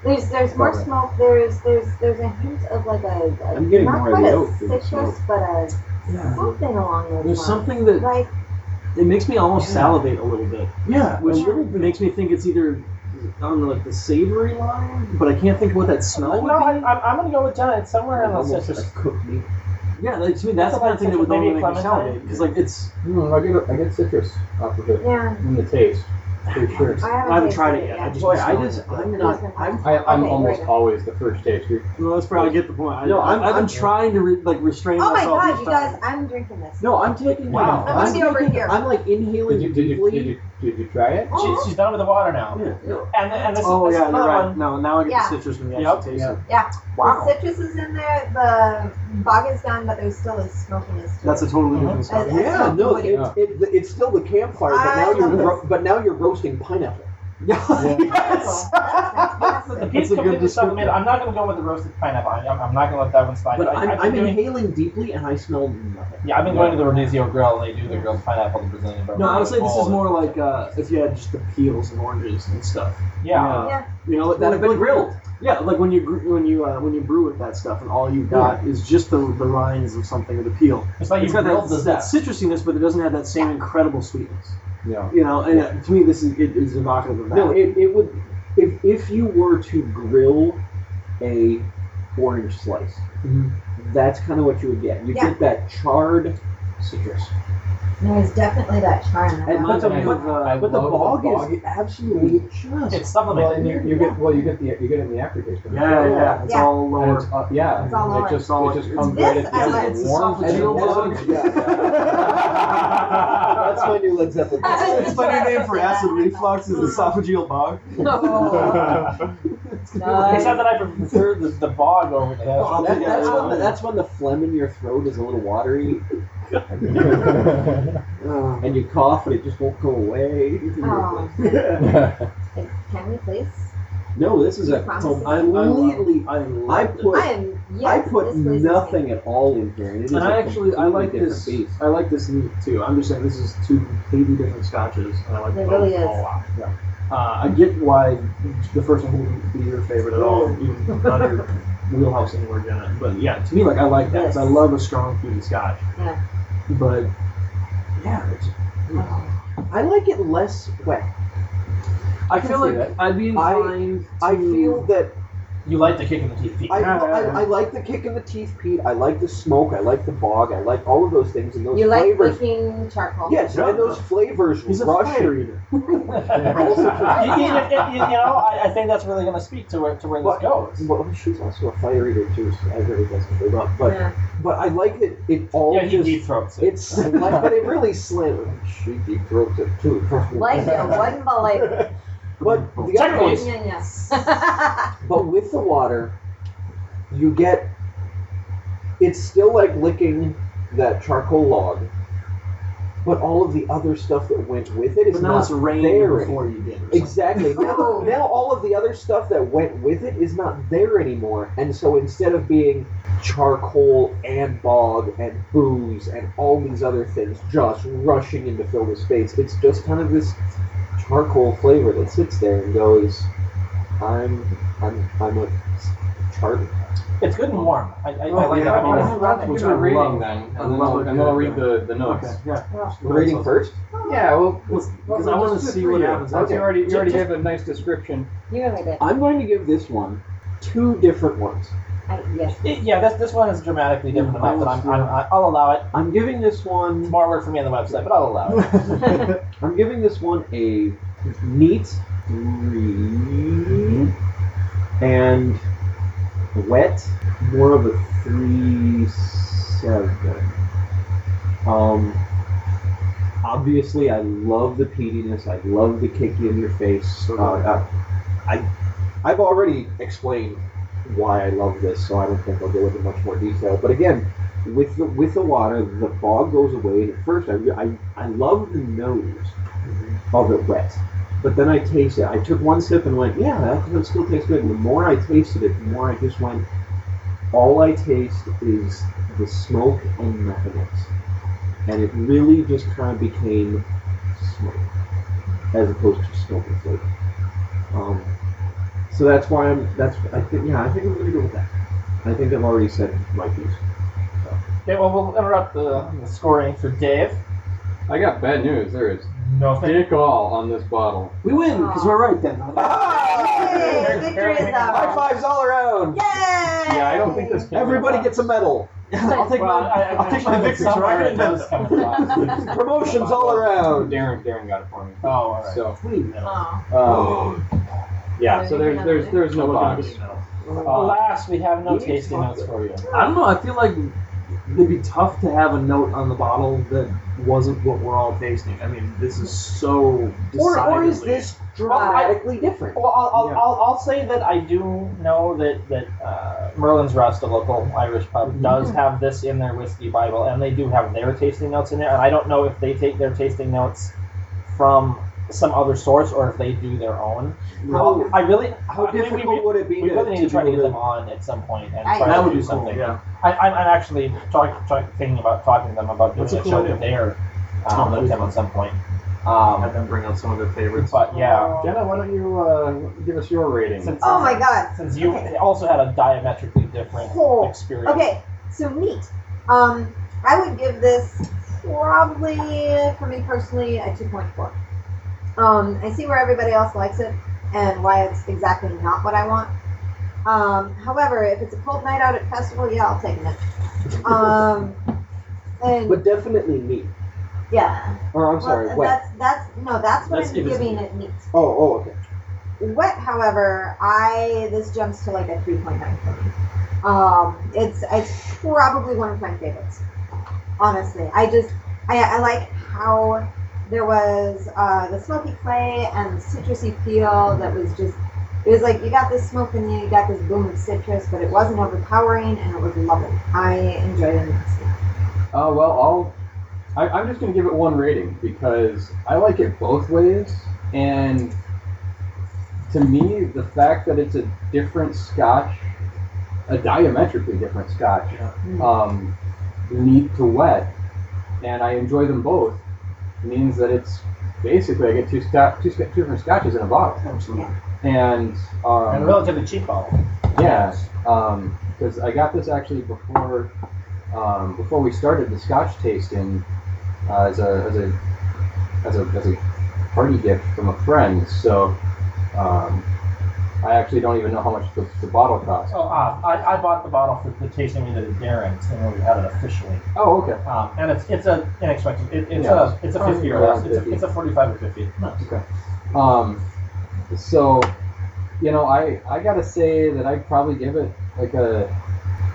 There's there's more Bourbon. smoke. There's there's there's a hint of like a, a I'm getting not more of quite the a oak than the smoke. citrus, but a something along those There's lines. something that Like it makes me almost salivate a little bit, Yeah, which makes me think it's either I don't know, like the savory line, but I can't think what that smell No, would I, be. I'm, I'm gonna go with John. It's somewhere in the citrus. cooked meat. Yeah, like, to me, that's the kind of thing that would Maybe normally make me clementine? salivate because like it's Mm, I get a- I get citrus off of it yeah, in the taste I for sure. I haven't, haven't tasted tried it yet. I yet. just Boy, been I smelling just it, but- I'm not I'm I, I'm Okay, almost right. always the first taste. You're- Well, that's probably I get the point. I, No, I'm- I've I'm- been trying to re- like restrain Oh my myself. god, each you time. guys! I'm drinking this. no I'm taking Wow. I'm, I'm gonna be over taking- here. I'm like inhaling Did you did you, deeply. did you did you try it? Oh, She, she's done with the water now. Yeah, no. And and this, Oh yeah, this is you're another right. one. No, now I get Yeah. the citrus when you Yep. actually taste Yeah. it. The citrus is in there. The bog is gone, but there's still a smokiness to That's a it. totally Mhm. different I- I smell. yeah, smell no, wood. (laughs) it's it, it's still the campfire, but I now you're love ro- but now you're roasting pineapple. (laughs) Yeah. Yeah. yes. That's The fantastic. piece That's a good completely descriptor. submitted. I'm not gonna go with the roasted pineapple. I'm, I'm not gonna let that one slide. But I, I'm, have I'm been doing, inhaling deeply, and I smell nothing. yeah, I've been going to the Rodizio Grill. and They do the grilled pineapple, the Brazilian. bourbon. No, I would say this is All- more like uh, if you had just the peels and oranges and stuff. Yeah. Yeah. You know, like That have been like- grilled. Yeah, like when you gr- when you uh, when you brew with that stuff, and all you got is just the the rinds of something or the peel. It's like you it's got grilled that, the that zest. citrusiness, but it doesn't have that same incredible sweetness. No. You know, and uh, to me, this is it is evocative of that. No, it, it would if if you were to grill a orange slice, Mm-hmm. Mhm. that's kind of what you would get. You Yeah. get that charred citrus, There's definitely that charm. and but the, I- but, uh, I but the bog love the is absolutely It's just. Well, supplemented. and you, you get well, you get the you get it in the aftertaste. yeah, yeah, yeah, it's Yeah. all And it's, lower. uh, yeah, It's all it just lower. it just comes This right at the I end. like. It It's warms and it esophageal (laughs) warms. bug. Yeah, (laughs) yeah. That's my new Led (laughs) Zeppelin. It's- (laughs) It's my new name for acid reflux is esophageal bog. (laughs) (laughs) Except that I prefer the, the bog over the Oh, That- that's, Yeah. when the, that's when the phlegm in your throat is a little watery, Oh, Uh, and you cough, and it just won't go away. Oh. yeah. Can we please? (laughs) No, this is a Promises. completely. I love I this. put I am. I Yes, put this place is nothing at all in here, and it is And I a actually I completely like different this beast. I like this neat too. I'm just saying this is two completely different scotches and I like It both really a is. lot. Uh, I get why the first one wouldn't be your favorite at all, even not your wheelhouse anywhere, Jenna. But yeah, to me, like I like that 'cause I love a strong fruity scotch. Yeah. But yeah, it's, I like it less wet. I, can feel see like that. I'd be I- inclined. I to- feel that You like the kick in the teeth. Pete. (laughs) I, Mm. Yeah, yeah, I, yeah. I like the kick in the teeth, Pete. I like the smoke. I like the bog. I like all of those things and those You like flavors. licking charcoal. yes, Yeah. and those flavors He's a rush. fire eater. you, you- you- you know, I, I think that's really going to speak to where to where this What? goes. Well, she's also a fire eater too, so I really doesn't show up. But Yeah. but I like that it all Yeah, he just deep throats it. (laughs) it's I like that it really slams. She deep throats it too. (laughs) probably. Like (laughs) it wasn't but like But the other Technically, one, yeah, yeah. (laughs) but with the water, you get it's still like licking that charcoal log, but all of the other stuff that went with it is But now not it's raining there. before you get it. Exactly. Now, now all of the other stuff that went with it is not there anymore. And so instead of being charcoal and bog and booze and all these other things just rushing in to fill the space, it's just kind of this charcoal flavor that sits there and goes, I'm I'm I'm a chart. It's good and warm. I, I, I Oh, like yeah, I that. mean, about that's- it. I'll give it a I rating love. then, and I then love I'll, a and good then I'll read idea. the, the notes. Okay, yeah. The rating first? Yeah, well, Because I want to see what happens. Okay. You already, you already Just- gave a nice description. you really did. I'm going to give this one two different ones. I, (laughs) yes. It- yeah, this this one is dramatically different enough that I'm, I'm, I- I'll allow it. I'm giving this one It's more work for me on the website, but I'll allow it. I'm giving this one a neat three and wet more of a three seven. Um, obviously, I love the peatiness. I love the kick in your face. Uh, I, I, I've already explained why I love this, so I don't think I'll go into much more detail. But again, with the with the water, the fog goes away, and at first I, re- I I love the nose of it wet, but then I taste it. I took one sip and went, yeah, that, that still tastes good. And the more I tasted it, the more I just went, all I taste is the smoke and nothing else. And it really just kind of became smoke as opposed to smoke and flavor. Um, so that's why I'm. That's I think. Yeah, I think I'm gonna go with that. I think I've already said my piece. Okay, well, we'll interrupt the, the scoring for Dave. I got bad news. There is Nothing. dick all on this bottle. We win because we're right then. Yay! Victory is High ours. fives all around! Yay! Yeah, Yeah, I don't think this. Can Everybody gets a medal. I'll take Well, my I, I'll take my victory. so I Somewhere it can does come in the (laughs) box. Promotions all around. Darren, Darren got it for me. Oh, all right. So, We need medals. Oh, um, yeah. So So you there's can there's have there's no I'm looking box. to get medals. Alas, we have no We need tasting notes chocolate. for you. I don't know. I feel like it'd be tough to have a note on the bottle that wasn't what we're all tasting. I mean, this is so. Or, or is decidedly- this dramatically different? Well, I'll, I'll, Yeah. I'll, I'll say that I do know that that uh, Merlin's Rest, a local Irish pub, does have this in their whiskey bible, and they do have their tasting notes in there. And I don't know if they take their tasting notes from some other source or if they do their own. How, I really, how I mean, we- difficult we, would it be we to, really need to try to get do the- them on at some point and I- try That to would do be cool. something. Yeah. I, I'm, I'm actually talk, talk, thinking about talking to them about doing That's a a cool show idea. that they're um, Oh, with them at some point. Um, Have them bring out some of their (laughs) favorites. but yeah, Jenna, why don't you uh, give us your rating? since, oh my god. since you Okay. also had a diametrically different Cool. experience, Okay, so neat. Um, I would give this probably, for me personally, a 2.4. Um, I see where everybody else likes it and why it's exactly not what I want. Um, however, if it's a cold night out at festival, yeah, I'll take it. Um, and But definitely me. yeah, Or I'm Well, sorry, wet. that's that's no, that's what Let's I'm give us giving it neat. Oh, oh, okay. Wet, however, I this jumps to like a 3.9 for me. Um, it's it's probably one of my favorites. Honestly, I just I, I like how there was uh, the smoky clay and the citrusy feel that was just it was like you got this smoke and you got this boom of citrus, but it wasn't overpowering and it was lovely. I enjoyed it. (laughs) immensely. Uh, well, I'll. I, I'm just gonna give it one rating because I like it both ways, and to me, the fact that it's a different Scotch, a diametrically different Scotch, um, neat to wet, and I enjoy them both, means that it's basically I get two scotch, two, sc- two different scotches in a bottle, Absolutely. and um, And a relatively cheap bottle. yeah, because um, I got this actually before um, before we started the Scotch tasting uh, as a as a as a as a party gift from a friend. So um, I actually don't even know how much the, the bottle cost. So uh, I, I bought the bottle for the tasting we did at Darren's, and we had it officially. Oh, okay. Um, and it's it's a inexpensive. It, it's Yeah. a it's a fifty or less. It's a, it's a forty five or fifty. Um, so, you know, I I gotta say that I'd probably give it like a.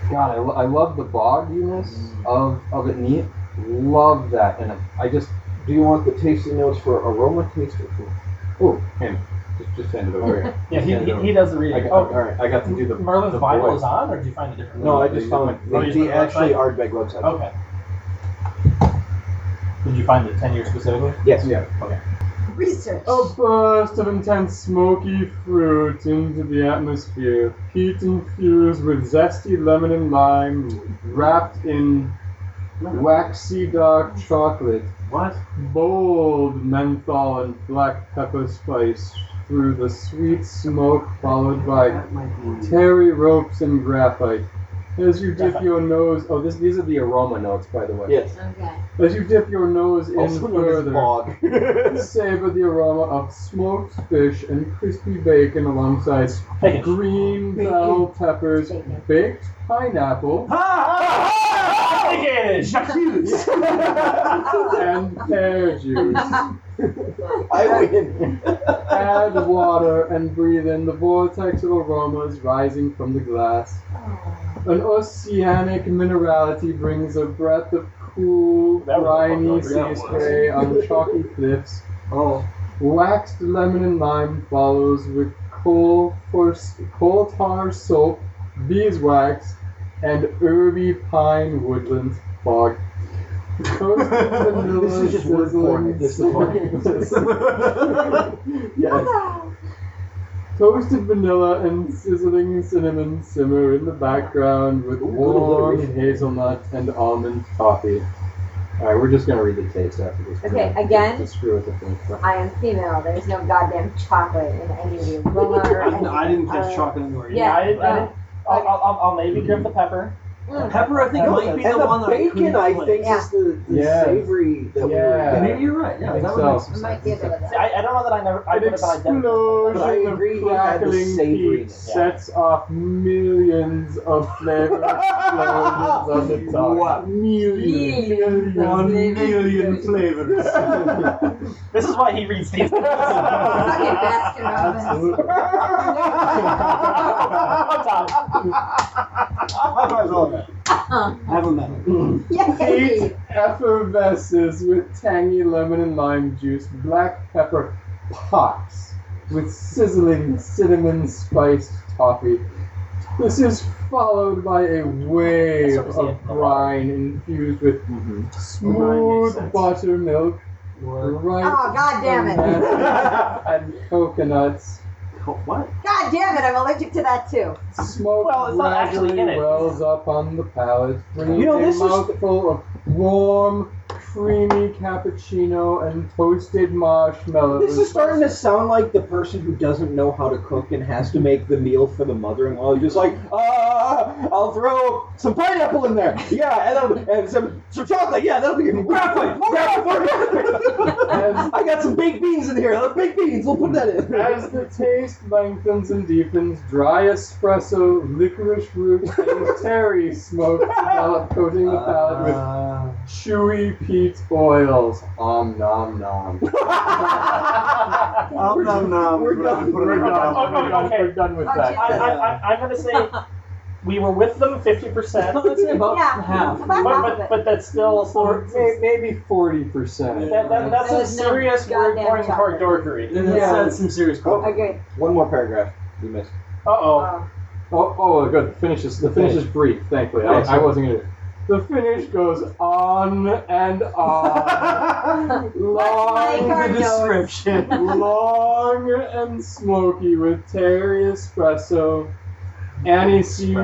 God, I, lo- I love the bogginess of of it neat. Love that, and I- I just Do you want the tasty notes for aroma, taste, or flavor? oh him just just hand it over. (laughs) Here. Yeah, he, Yeah, no. he, he does the I reading. got, Oh, all right, I got to do the Merlin's the Bible voice. is on, or did you find a different? No, I one? just found Oh, you the, put it the on the Oh. actually website? Ardbeg website. Okay. Did you find the ten year specifically? Yes. Yeah. Research. A burst of intense uh, smoky fruit into the atmosphere, heat infused with zesty lemon and lime, wrapped in waxy dark chocolate, What? bold menthol and black pepper spice through the sweet smoke, followed by That might be. terry ropes and graphite. As you dip Graphite. your nose, Oh, this these are the aroma notes, by the way. Yes. Okay. as you dip your nose in Also known as further, bog. savor the aroma of smoked fish and crispy bacon alongside Bacon. green bell peppers, Bacon. baked pineapple, (laughs) Accused. Oh. (laughs) and pear juice. I win. Add water and breathe in the vortex of aromas rising from the glass. Oh. An oceanic minerality brings a breath of cool, That was briny what sea that spray on chalky cliffs. Oh, Waxed lemon and lime follows with coal, horse, coal tar soap, beeswax, and herby pine woodland fog. (laughs) Toasted vanilla This is just word porn at this sizzling- (laughs) Yes. Hello. Toasted vanilla and sizzling cinnamon simmer in the background with warm alliteration. hazelnut and almond toffee. All right, we're just gonna read the taste after this. Okay, Just- again? Just screw with the thing. I am female. There's no goddamn chocolate in any of you. (laughs) I didn't, I didn't catch chocolate anywhere. uh, Yeah. I, I, Yeah. didn't- I'll, I'll, I'll, I'll maybe grip the pepper. uh, mm, Pepper, I think, And might be and the one the that I couldn't bacon, I place. think, uh, Yeah. is the, the Yeah. savory that we Yeah. were. And maybe you're right. Yeah, I think that so. would make I some might sense. give it a See, I, I don't know that I never. I An would have identified. I explosion of agree, you had the crackling heat savouriness. sets off millions of flavor explosions on the tongue. What? Millions. Millions of One million million flavors. This is why he reads (laughs) these. (laughs) Fucking Baskin Robbins. (laughs) Absolutely. I'm done. Have a medal. Yay. Heat effervesces with tangy lemon and lime juice, black pepper pops with sizzling cinnamon spiced toffee. This is followed by a wave That's what we see of in the brine infused with Mm-hmm. Brine makes smooth sense. buttermilk, What? ripe Ah. Oh, God damn it. bananas and coconuts. What? God damn it. I'm allergic to that too. Smoke Well, it's not actually gradually in it. wells up on the palate, bringing You know, a this is- mouthful of warm, creamy cappuccino and toasted marshmallows. This is starting to sound like the person who doesn't know how to cook and has to make the meal for the mother-in-law. You're just like, ah, I'll throw some pineapple in there. Yeah, and, um, and some, some chocolate. Yeah, that'll be graphite. Graphite. graphite. I got some baked beans in here. Uh, Baked beans. We'll put that in. As the taste lengthens and deepens, dry espresso, licorice root, and terry smoke develop, coating the palate Ah. with Uh, chewy peat oils. Om nom nom. I'm done now. we're We're done. done. Put it in (laughs) We're the done. mouth. Okay, okay. We're done with Oh, (laughs) that. I, I, I, I'm gonna say we were with them fifty (laughs) percent, No, but, that's it, about Yeah. half. About half but of it. but that's still Or for may- maybe forty percent. that, that, that's a There's no serious word goddamn pouring for chocolate. dorkery. Then that's, Yeah. that's some serious crap. (laughs) Okay. One more paragraph. You missed. Uh oh. Oh. Oh, oh, good. The finish is the finish is brief. Thankfully, I, I wasn't gonna. The finish goes on and on, Let's make long, our The notes. description. long and smoky with Oh, terry espresso, aniseed,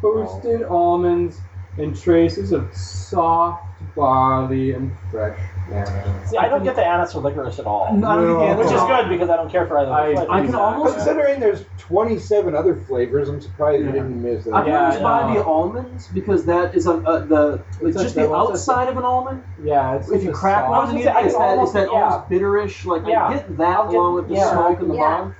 toasted almonds, and traces of soft barley and fresh manna. See, I don't get the anise or licorice at all. No, I don't think Which the is anise- good because I don't care for either. I- flavor. I can almost- Considering there's 27 other flavors, I'm surprised you Yeah. didn't miss I that. Yeah, always buy no. the almonds because that is on uh, the like, It's just like that- the what's that- outside of an almond. Yeah, it's If you just crack I one, was soft. gonna it's say, I that, it's can almost- that yeah. almost bitterish. Like Yeah. I get that I'll get- along with the yeah. smoke in the Yeah. bottom.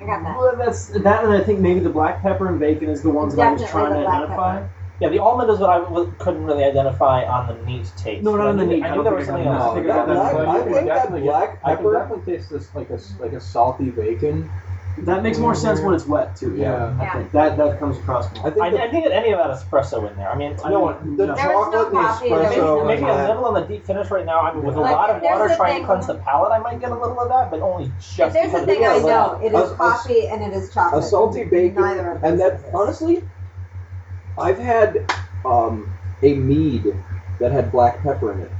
I got that. Well, that's that, and I think maybe the black pepper and bacon is the ones that I was Definitely trying to the black identify. Yeah, the almond is what I w- couldn't really identify on the neat taste. No, not But I on the knew- neat. I I knew don't there think was I something got that. else. I I got got that. that. you one. I can think that definitely get- black I can pepper. definitely taste this like a s- like a salty bacon. That makes more sense when it's wet too. Yeah, Yeah. I think that that comes across I more. think I, the I didn't get any of that espresso in there. I mean, No, I mean, the no. There was no chocolate and coffee, there was espresso. no and maybe, maybe that. a little on the deep finish right now. I mean, with a Like, lot of if there's water a trying thing- to cleanse the palate, I might get a little of that, but only If there's just because a of thing the I palate. know, it Us- is us- coffee and it is a chocolate. salty bacon, Neither of and those that exist. honestly, I've had um, a mead that had black pepper in it,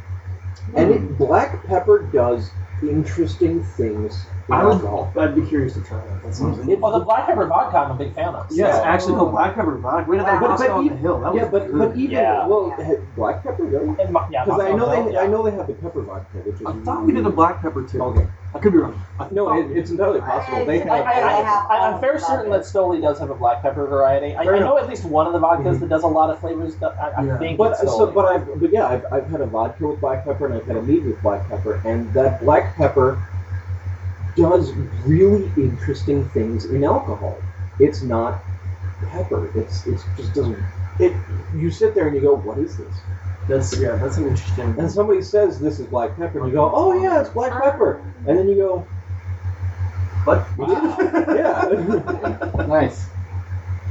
and it, black pepper does interesting things in I would- alcohol. I'd be curious to try that. That's Mm-hmm. something. Well, the black pepper vodka, I'm a big fan of. so- Yes, actually, no black pepper vodka. Wait, Wow. that But- but Moscow on the even- hill. That Yeah, was but but e good. even Yeah. well, Yeah. had black pepper really? And mo- yeah, Because I mocktail know bill, they yeah. I know they have the pepper vodka, which is I thought we did a black pepper too. Okay. I could be wrong. No, it, it's entirely I- possible. They I- I, have I, I, They have I, all I'm fairly the certain that vodkas. Stoli does have a black pepper variety. I, Fair I know at least one of the vodkas that does a lot of flavors. that- I, I Yeah. think But it's so, Stoli. but I've, but yeah, I've, I've had a vodka with black pepper and I've had a mead with black pepper, and that black pepper does really interesting things in alcohol. It's not pepper. It's it's just doesn't. It you sit there and you go, what is this? That's yeah. That's an (laughs) interesting. And somebody says this is black pepper, and you go, oh yeah, it's black pepper, and then you go, But yeah. (laughs) Nice,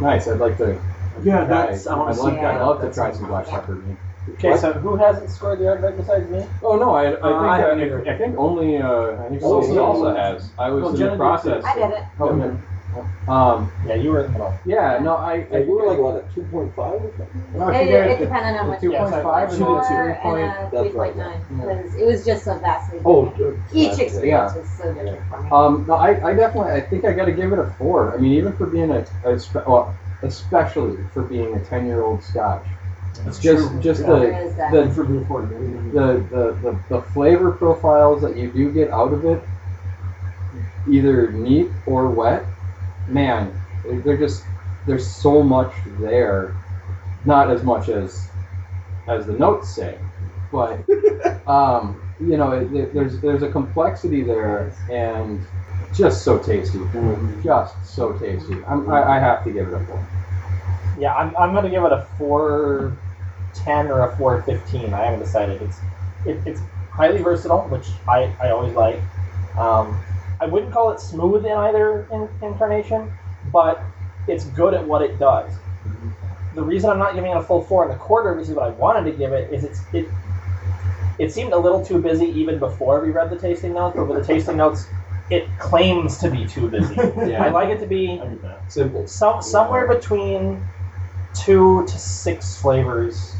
nice. I'd like to. Yeah, try- that's- I wanna I'd love, see I'd that. love to That try sounds some good. black pepper meat. okay, so who hasn't scored the art besides me? Oh no, I, I think I I, haven't either. I, think only uh, I think Oh, Sophie yeah. also has. I was No, in Jenna the did process. I did it. Oh, okay. Um, Yeah, you were in the middle. yeah, no, I, I And we were like what a two point five. no, I It, figured it the- depended on the what two you Yes, point I- five did. She did and the two Four two point. and a That's three right. point nine. Yeah. Because it was just so vastly Oh, different. Each exactly. experience was so different for me. Uh, Um, no, I, I definitely, I think I got to give it a four. I mean, even for being a, a spe- well, especially for being a ten-year-old Scotch, that's just just There the, is that. the for being foreign. the, the, the, the flavor profiles that you do get out of it, either neat or wet, man, they're just there's so much there. Not as much as as the notes say, (laughs) but um, you know, it, there- there's there's a complexity there, and just so tasty, Mm-hmm. just so tasty. I'm, I, I have to give it a four. Yeah, I'm, I'm gonna give it a four ten or a four fifteen. I haven't decided. It's it, it's highly versatile, which I, I always like. Um, I wouldn't call it smooth in either in, incarnation, but it's good at what it does. The reason I'm not giving it a full four and a quarter, which is what I wanted to give it, is it's it it seemed a little too busy even before we read the tasting notes, but with the tasting notes, it claims to be too busy. I like it to be Simple. some, somewhere between two to six flavors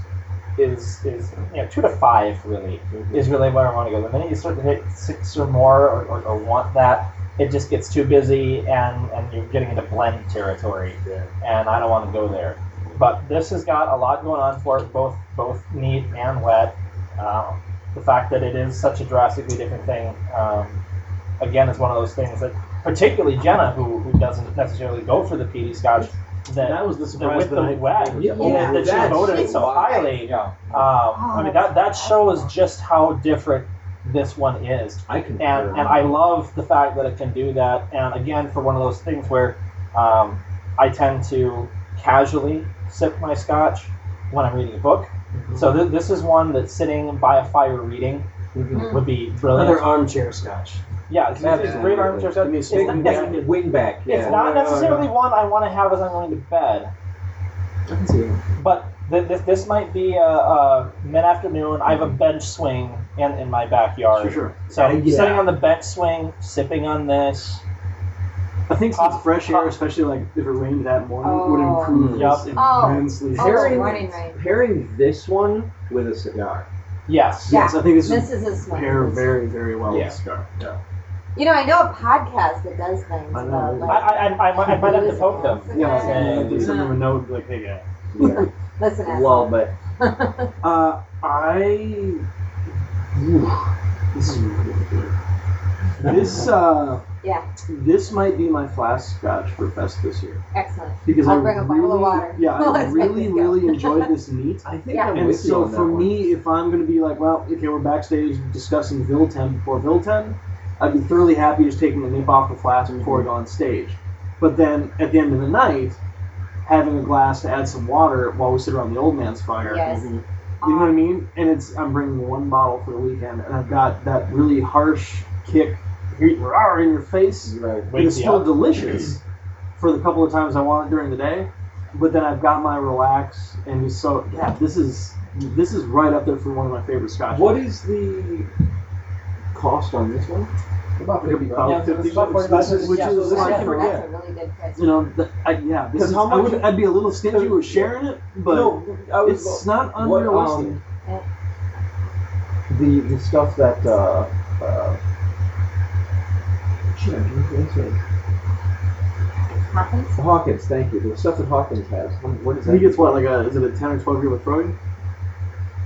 is is you know two to five really is really where I want to go. The minute you start to hit six or more or, or, or want that, it just gets too busy and and you're getting into blend territory, and I don't want to go there. But this has got a lot going on for it, both both neat and wet. Um, the fact that it is such a drastically different thing, um, again, is one of those things that, particularly Jenna, who, who doesn't necessarily go for the peaty scotch, that, That was the that surprise with that the I wet, Yeah, oh, that- that she that's voted so highly. Yeah. Um, I mean, that, that shows just how different this one is I can. and and I love the fact that it can do that. And again, for one of those things where um, I tend to casually sip my scotch when I'm reading a book. So th- this is one that sitting by a fire reading Mhm. would be another brilliant. armchair scotch. Yeah, it's, it's, it's great armchair scotch. Give me a It's, swig. not- it's- wing (laughs) back. it's Yeah. not Yeah, yeah, necessarily one I want to have as I'm going to bed. I can see it. But th- this, this might be a, a mid afternoon. I have a bench swing in, in my backyard. Sure. So I'm Yeah. sitting on the bench swing, sipping on this. I think Pop- some fresh air, pop- especially like if it rained that morning, Oh. would improve Yup. this Oh. immensely. Oh, Harry- morning rain. Pairing this one with a cigar. Yes. Yes, I think this, This is is this one. pair very, very well Yeah. with Scar. Yeah. You know, I know a podcast that does things. I know. about, I, like, I, I, might, I might have to poke them. Yeah, Yeah. I Yeah. think send them a note like, hey, guy. Yeah. Listen, Well, but asshole. Uh, I. Ooh, this is really weird. This uh, yeah, this might be my flask scotch for fest this year (laughs) excellent. because I'll I bring a really, bottle of water. yeah, I (laughs) Let's make really, this go. really enjoyed this meet. I think Yeah. (laughs) I'm And with you so on that for one. me, if I'm going to be like, well, okay, we're backstage discussing Vilten before Vilten, I'd be thoroughly happy just taking a nip off the flask before I go on stage. But then at the end of the night, having a glass to add some water while we sit around the old man's fire. Yes. You know what I mean? And it's I'm bringing one bottle for the weekend, and I've got that really harsh kick here- rah, in your face. right. And it's Wakes you still up. delicious for the couple of times I want it during the day, but then I've got my relax, and it's so yeah, this is this is right up there for one of my favorite scotches. What is the cost on this one? About It'll be about Yeah, 50 it's about bucks, 40 bucks. which Yeah, is so like, that's, yeah. that's a really good price. you know, the, I, yeah, this 'Cause is how I much- would, I'd be a little stingy with sharing it, but no, I was it's not what, unrealistic. um, Yeah. the the stuff that uh, uh, shit, I'm drawing blanks right now. Happens. Hawkins, thank you. The stuff that Hawkins has. What, what is I think that? it's what like a is it a ten or twelve year Lafroy?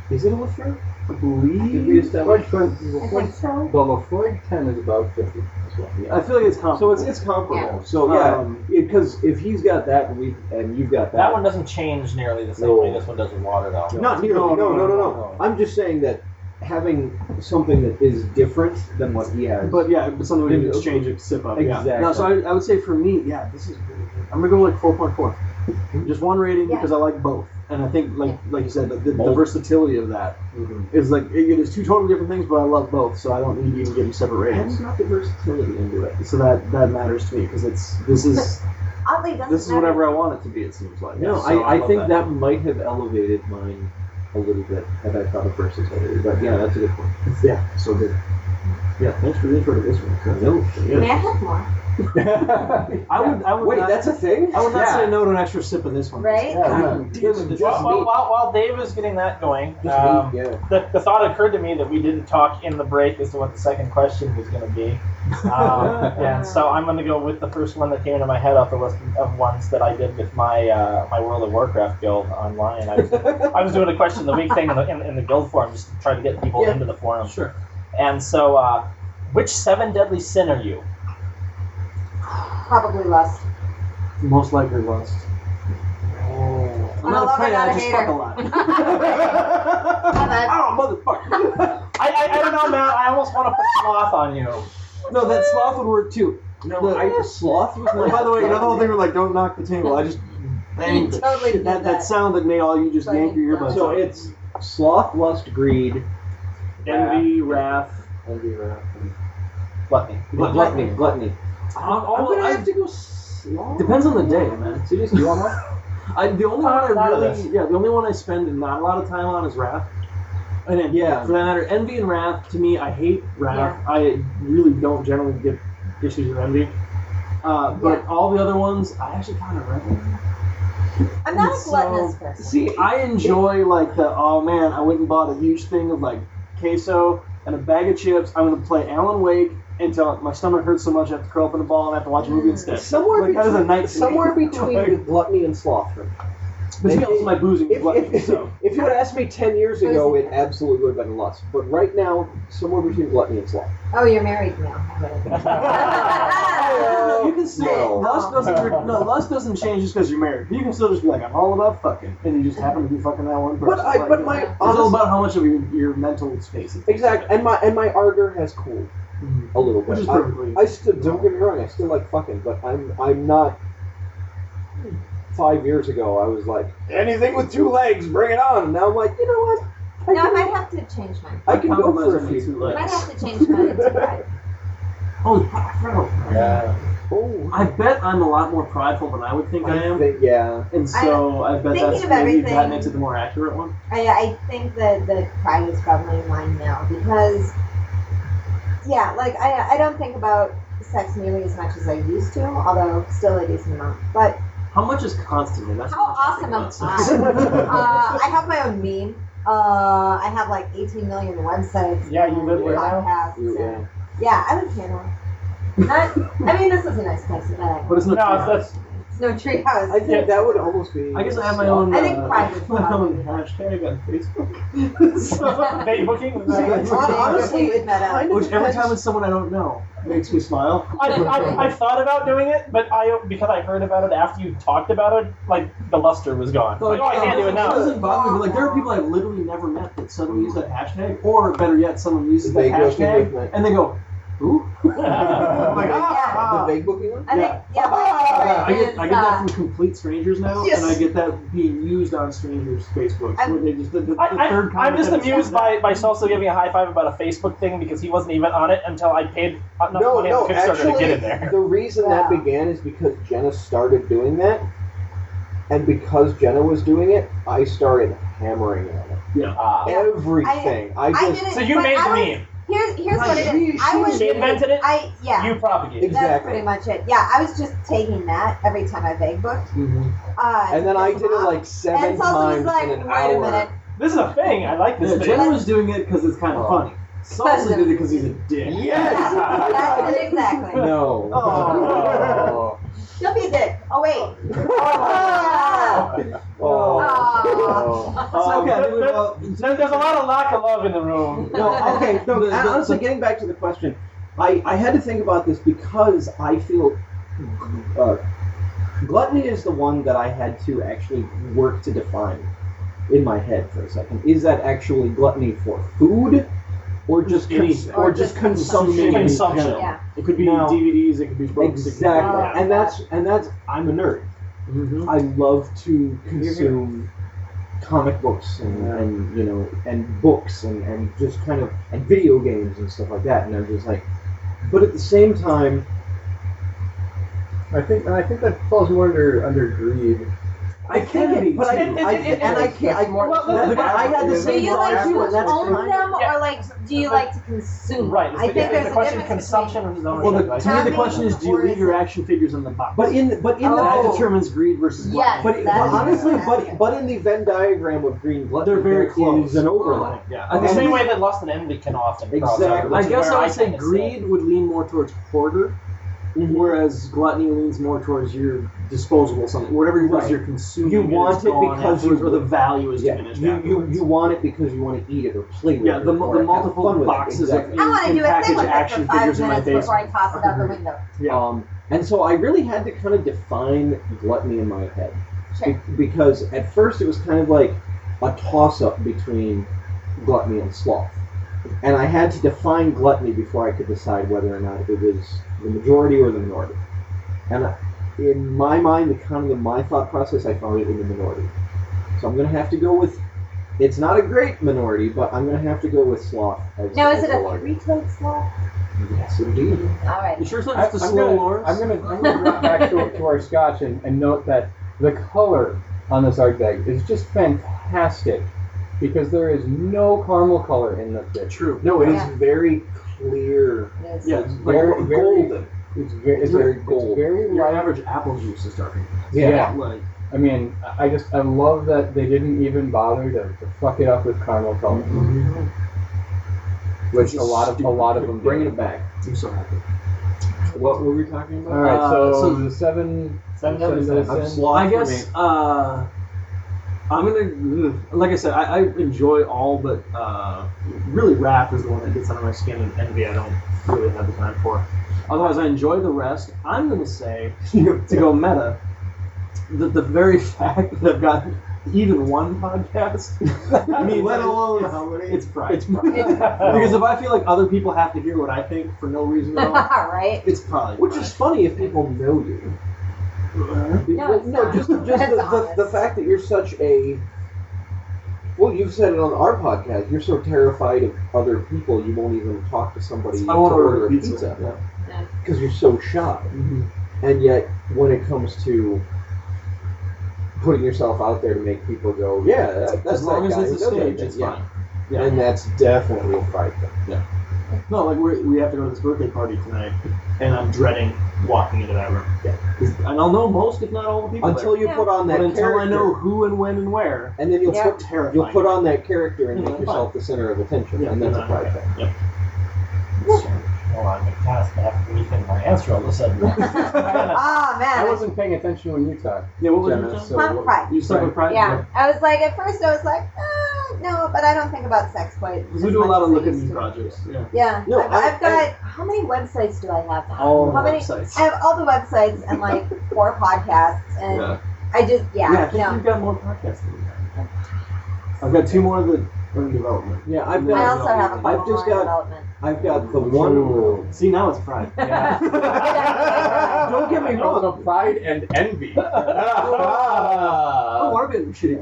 Is it a Lafroy? I Did we believe. establish I think so. The Lafroy 10 is about 50 as well. I feel like it's comparable. So it's it's comparable. So yeah, Um, because if he's got that and we and you've got that, That one doesn't change nearly the same No. way this one does with water, though. Not nearly. No, no, no, no, no. I'm just saying that having something that is different than what he has. But yeah, but something we can exchange a sip of. Yeah. Exactly. No, so I, I would say for me, yeah, this is really good. I'm gonna go like 4.4. Just one rating Yeah. because I like both, and I think like like you said, the, the, the Both. versatility of that Mhm. is like it, it is two totally different things, but I love both, so I don't need to even give them separate Adam's ratings. got the versatility into it. So that that matters to me because it's this is Oddly, doesn't this is matter. whatever I want it to be. It seems like No, So I, I love think that. might have elevated mine a little bit had I thought of versatility. But yeah, that's a good point. yeah, so good. Yeah, thanks for the intro to this one. No, May I have more? I would I would Wait, not, that's a thing. I (laughs) would not Yeah. say no to an extra sip of this one. (laughs) Right? God damn it, this While, Just is- while, me. while, while Dave is getting that going, Just um, me, yeah. the, the thought occurred to me that we didn't talk in the break as to what the second question was going to be. Uh, (laughs) (laughs) Um, and so I'm going to go with the first one that came into my head off the list of ones that I did with my uh, my World of Warcraft guild online. I was, I was doing a question of the week thing in the, in, in the guild forum just to try to get people Yeah. into the forum. Sure. And so, uh, which seven deadly sin are you? Probably (laughs) less. (laughs) Most likely lost. Oh. I'm a lover, not a hater. lot. (laughs) (laughs) Have oh, motherfucker. I, I, I don't know, Matt. I almost want to put sloth on you. no, that sloth would work too. No, The- I, sloth was my. By the way, you know the whole thing with like, don't knock the table. I just You banged it. totally did That, that sound that made all you just yank your earbuds. So it's sloth, lust, greed, envy, wrath. envy, wrath, and Gluttony. gluttony, gluttony. all I- to go slow. depends on the day, man. Seriously, you want one? (laughs) I, the only I'm one I proud of really, this. yeah, the only one I spend not a lot of time on is wrath. And then, Yeah. for that matter, envy and wrath. To me, I hate wrath. I really don't generally get issues with envy. Uh, but all the other ones, I actually kind of revel. in. I'm not a So- gluttonous person. See, I enjoy like the oh man, I went and bought a huge thing of like queso and a bag of chips. I'm gonna play Alan Wake until my stomach hurts so much I have to curl up in a ball and I have to watch a Mm. movie instead. Somewhere Like, that is a between, night. somewhere between Like, the gluttony and sloth. for me. but see, also my boozing is If, gluttony, if, (laughs) so. (laughs) if you would ask me ten years ago, it absolutely would have been lust. But right now, somewhere between gluttony and sloth. Oh, you're married now. I (laughs) (laughs) would've. You can still Oh, No. lust doesn't no lust doesn't change just because you're married. You can still just be like I'm all about fucking, and you just happen to be fucking that one person. But I, Like, but my it's all honest, about how much of your, your mental space. it takes exact, and my and my ardor has cooled Mhm. a little Which bit. is I, perfectly. I still don't get me wrong. I still like fucking, but I'm I'm not. Five years ago, I was like anything with two legs, bring it on. And now I'm like, you know what? I no, I can, might have to change mine. I can go for a Compromise with few. two I legs. might have to (laughs) change mine to pride. Holy fuck, I forgot about that. Yeah. Oh, I bet I'm a lot more prideful than I would think I am, think- yeah. (laughs) and so I, bet thinking that's of maybe that everything- makes it the more accurate one. I, I think that the pride is probably mine now because, yeah, like I, I don't think about sex nearly as much as I used to, although still a decent amount. But How much is constantly? That's How what I'm awesome thinking uh, about. I have my own meme. Uh, I have like 18 million websites. Yeah, you live where now? podcasts. You, and- yeah. yeah, I live in Canada. Not, I mean, this is a nice place to live. But it's No, not. that's (laughs) It's no treehouse. I think Yeah. that would almost be. I guess I have (laughs) my own, I think uh, private my own property. hashtag on Facebook. (laughs) (laughs) so, Facebooking? Right. honestly, with that kind of up. which every depends- time it's someone I don't know. makes me smile. I, I, I thought about doing it, but I because I heard about it after you talked about it, like the luster was gone. Like, oh, I can't do it It now. doesn't bother me, but like there are people I've literally never met that suddenly use that hashtag, or better yet, someone uses They that go to hashtag midnight. and they go, "Who?" Oh I'm (laughs) like, The ah, vague booking one? I think yeah, I my get, favorite I is get that uh, from complete strangers now, Yes. and I get that being used on strangers' Facebooks, I'm- where they just the, the, the (laughs) I, I, third I'm comment just that is- amused by, by Salsa giving a high five about a Facebook thing because he wasn't even on it until I paid enough No, money no, on Kickstarter actually, to get in there. the reason that Yeah. began is because Jenna started doing that, and because Jenna was doing it, I started hammering on it. Ah. Yeah. Everything. I, I just. did it. so you but made I the was- meme. Here's here's what it She- is. I she- was She invented it. I yeah. You propagated. it. That's Exactly. pretty much it. Yeah, I was just taking that every time I vague booked. Mhm. Uh, And then I did it like seven and Salsa was times like, in an wait hour. a (laughs) minute. This is a thing. I like this Yeah, thing. (laughs) Jenna was doing it because it's kind of Oh. funny. Salsa did it because he's a dick. Yes! That's it exactly. (laughs) No. Oh. She'll be a dick. Oh wait. Ah. (laughs) Oh. Oh. Oh. So, Um, okay, there- we- well, there- there's a lot of lack of love in the room. (laughs) No, okay. No, The- the- honestly, getting back to the question, I, I had to think about this because I feel uh, gluttony is the one that I had to actually work to define in my head for a second. Is that actually gluttony for food, or just cons- Anything. or just consumption? in Consumption. general? Yeah. it could be No. DVDs, it could be books. Exactly, Yeah. and that's and that's I'm a nerd. Mm-hmm. I love to consume comic books and, Yeah. and you know and books and, and just kind of and video games and stuff like that and I'm just like but at the same time I think I think that falls more under under greed. I can be but I, It- it- I it- it- and I can't I, Well, look, but I had the look, Do same you Well, like thought too to and that's own them Yeah. or like do you like to consume? Right. them? It's I the, think it's there's the a question difference consumption versus Well, ownership. the, right? to me, the question is, do you leave your action figures in the box? but in but in Oh. that the determines greed versus luck. Yes. but, but That is- honestly yeah. but but in the Venn diagram of green blood They're very close. an overlap Yeah. In the same way that lust and envy can often. cross over, Exactly. I which is guess where I would say kinda greed would lean more towards hoarder, whereas gluttony leans more towards your disposable something, whatever it is Right. you're consuming. You is want it gone because you- afterwards, or the value is yeah diminished. you, you afterwards. you want it because you want to eat it or play with yeah, it the, mu- or the have multiple fun with it. boxes Exactly. of I want to do a thing package with it action for five figures in my minutes before basement. I toss it out the window. Yeah. Um, and so I really had to kind of define gluttony in my head. Sure. Be- because at first it was kind of like a toss up between gluttony and sloth. And I had to define gluttony before I could decide whether or not it was the majority or the minority. And I- in my mind, the kind of my thought process, I found it in the minority. So I'm going to have to go with. It's not a great minority, but I'm going to have to go with sloth. As, Now as is it a the larger. three-toed slot? Yes, indeed. All right. You sure it's not I- just a I'm slow gonna- Lawrence? I'm gonna I'm gonna drop back to, to our scotch and, and note that the color on this art bag is just fantastic because there is no caramel color in this dish. True. No, it is Yeah. very clear. It is. (laughs) Yeah, It's like very- gold. very- golden. It's very it's, It's very very gold. It's very Your light. average apple juice is darker. Yeah. Like, I mean, I- I just I love that they didn't even bother to, to fuck it up with caramel color, which a lot of a lot of them Bring do. it back. I'm so happy. What were we talking All about? right, Uh, so, so- the seven Seven seven citizens. I'm citizens. sloth I for guess uh, I'm gonna ugh, like I said I, I enjoy all but uh, really rap is the one that gets under my skin and envy I don't really have the time for. Otherwise I enjoy the rest. I'm gonna say (laughs) me. to go meta that the very (laughs) fact that I've got even one podcast (laughs) means Let alone it's, how many? it's pride. It's pride. (laughs) because if I feel like other people have to hear what I think for no reason at (laughs) all, (laughs) right. it's probably Which is funny if people know you. pride. No, it's no not. just, just That's the, honest. the, the fact that you're such a. Well, you've said it on our podcast. You're so terrified of other people, you won't even talk to somebody I won't to order order a a pizza. pizza Mm-hmm. Yeah. because you're so shy. Mhm. And yet, when it comes to putting yourself out there to make people go, yeah, that, that's As long that as guy it's who a does that stage, thing." it's yeah. fine. Yeah. And that's definitely a pride thing. No, like we're, we have to go to this birthday party tonight, and I'm dreading walking into that room. Yeah. 'Cause- And I'll know most, if not all, the people. Until you Yeah. put on there. that But until I character, know who and when and where, and then you'll Yeah. put terrifying. you'll put on that character and Yeah, make fine. yourself the center of attention, Yeah, and that's a yeah, pride thing. Yep. well, I'm going to cast that rethink my answer all of a sudden. Ah man, I wasn't paying attention when you talked. Yeah, what was Jenna, your so Huh, what- pride. You stuck with pride? Yeah, I was like at first I was like, ah, no, but I don't think about sex quite. Because as we do a much lot of as I looking at used new to. projects. Yeah. Yeah, No, I've, I- Oh, I've got how many websites do I have now? All how many? websites. I have all the websites and (laughs) like four podcasts, and Yeah. I just Yeah, I yeah, think no. you've got more podcasts than me. I've got two more that are in development. Yeah, I've I got, also have a couple I've just more in (laughs) got- development. I've got the one. See, now it's (laughs) pride. Yeah. Don't get me Oh, wrong. the pride and (laughs) envy. Oh, I've been shitty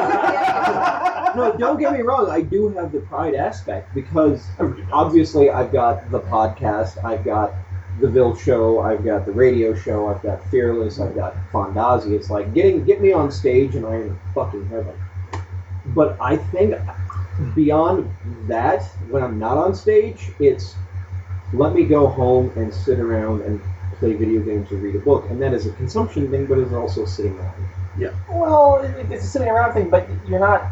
podcasts. No, don't get me wrong. I do have the pride aspect because obviously I've got the podcast, I've got the Ville show, I've got the radio show, I've got Fearless, I've got Fondazi. It's like getting get me on stage and I'm in fucking heaven. But I think beyond that, when I'm not on stage, it's let me go home and sit around and play video games or read a book, and that is a consumption thing, but it's also sitting around. well, it- it's a sitting around thing, but you're not.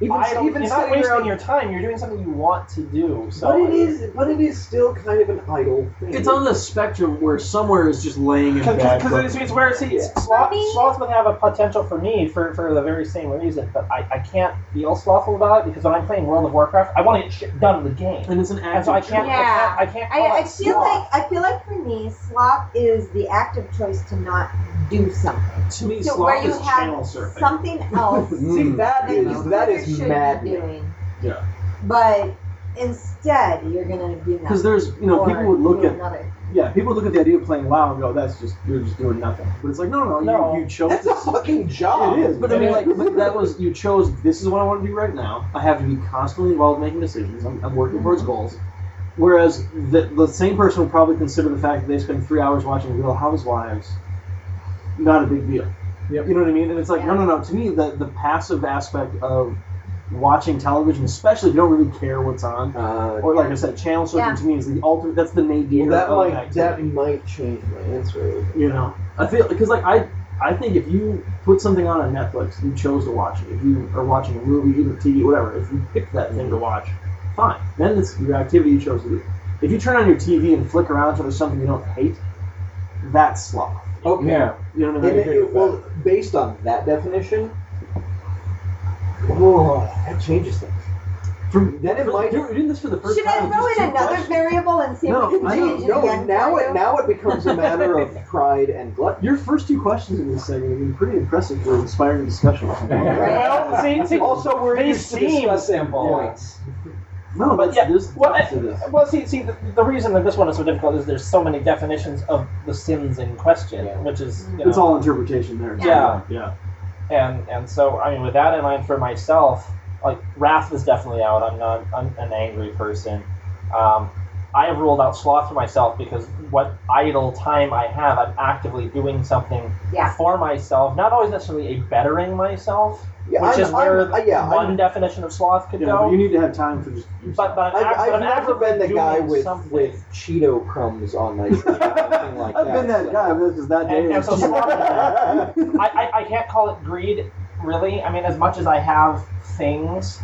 Even, I don't, even you're not sitting wasting around, your time. You're doing something you want to do. So but it is, but it is still kind of an idle thing. (laughs) it's on the spectrum where somewhere is just laying in bed. Because it's, it's where see, it's sloth, sloth would have a potential for me for, for the very same reason, but I, I can't feel slothful about it because when I'm playing World of Warcraft, I want to get shit done in the game, And it's an and so I active can't. Yeah. I can't. I, can't call I, I it feel sloth. like I feel like for me, slop is the active choice to not do something. choice. To me, So sloth where you is channel have surfing. something (laughs) else See, that You Hmm. is know? that you is should be maddening. doing. Yeah. But instead, you're gonna do nothing. Because there's, you know, or people would look do at, another. yeah, people would look at the idea of playing WoW and go, that's just, you're just doing nothing. But it's like, no, no, No. You, you chose That's a this. fucking job. It is, but I mean, like, but that was you chose. This is what I want to do right now. I have to be constantly involved in making decisions. I'm, I'm working towards goals. Whereas the, the same person would probably consider the fact that they spend three hours watching Real Housewives not a big deal. Yep. You know what I mean? And it's like, no, Yeah. no, no. To me, the, the passive aspect of watching television, especially if you don't really care what's on, Uh, or like I said, channel surfing Yeah. to me is the ultimate. That's the nadir. well, that of might activity that might change my answer. you know i feel because like i i think if you put something on on netflix and you chose to watch it if you are watching a movie even tv whatever if you pick that thing to watch fine then it's your activity you chose to do if you turn on your tv and flick around till there's something you don't hate that's sloth Okay. Yeah. you know And what i it, mean it- well, based on that definition, oh, that changes things. For- then it for- might- you're doing this for the first Should I time throw just two in another questions. variable and see No, if we can I don't- change it No, again? now for it you? now it becomes a matter of (laughs) pride and gluttony. your first two questions in this segment have been pretty impressive for inspiring (laughs) discussion. Well, see, see, Also, we're They used to seem- discussing points. No, But that's, yeah, there's well, depth to this. Well, see, see, the, the reason that this one is so difficult is there's so many definitions of the sins in question, Yeah. which is you know, It's all interpretation there. too. Yeah. yeah. and and so I mean, with that in mind for myself, like wrath is definitely out. I'm not I'm an angry person. Um, I have ruled out sloth for myself because what idle time I have, I'm actively doing something Yeah. for myself, not always necessarily a bettering myself, Yeah, which I'm- is where I'm, uh, yeah, one I'm- definition of sloth could Yeah, but go. you need to have time for just. But, but, I'm, I've, act- but I've I'm never actively been the doing guy with something. with Cheeto crumbs on (laughs) my shirt or anything like I've been that so- guy because that day. And- and is- so (laughs) I, I, I can't call it greed, really. I mean, as much as I have things,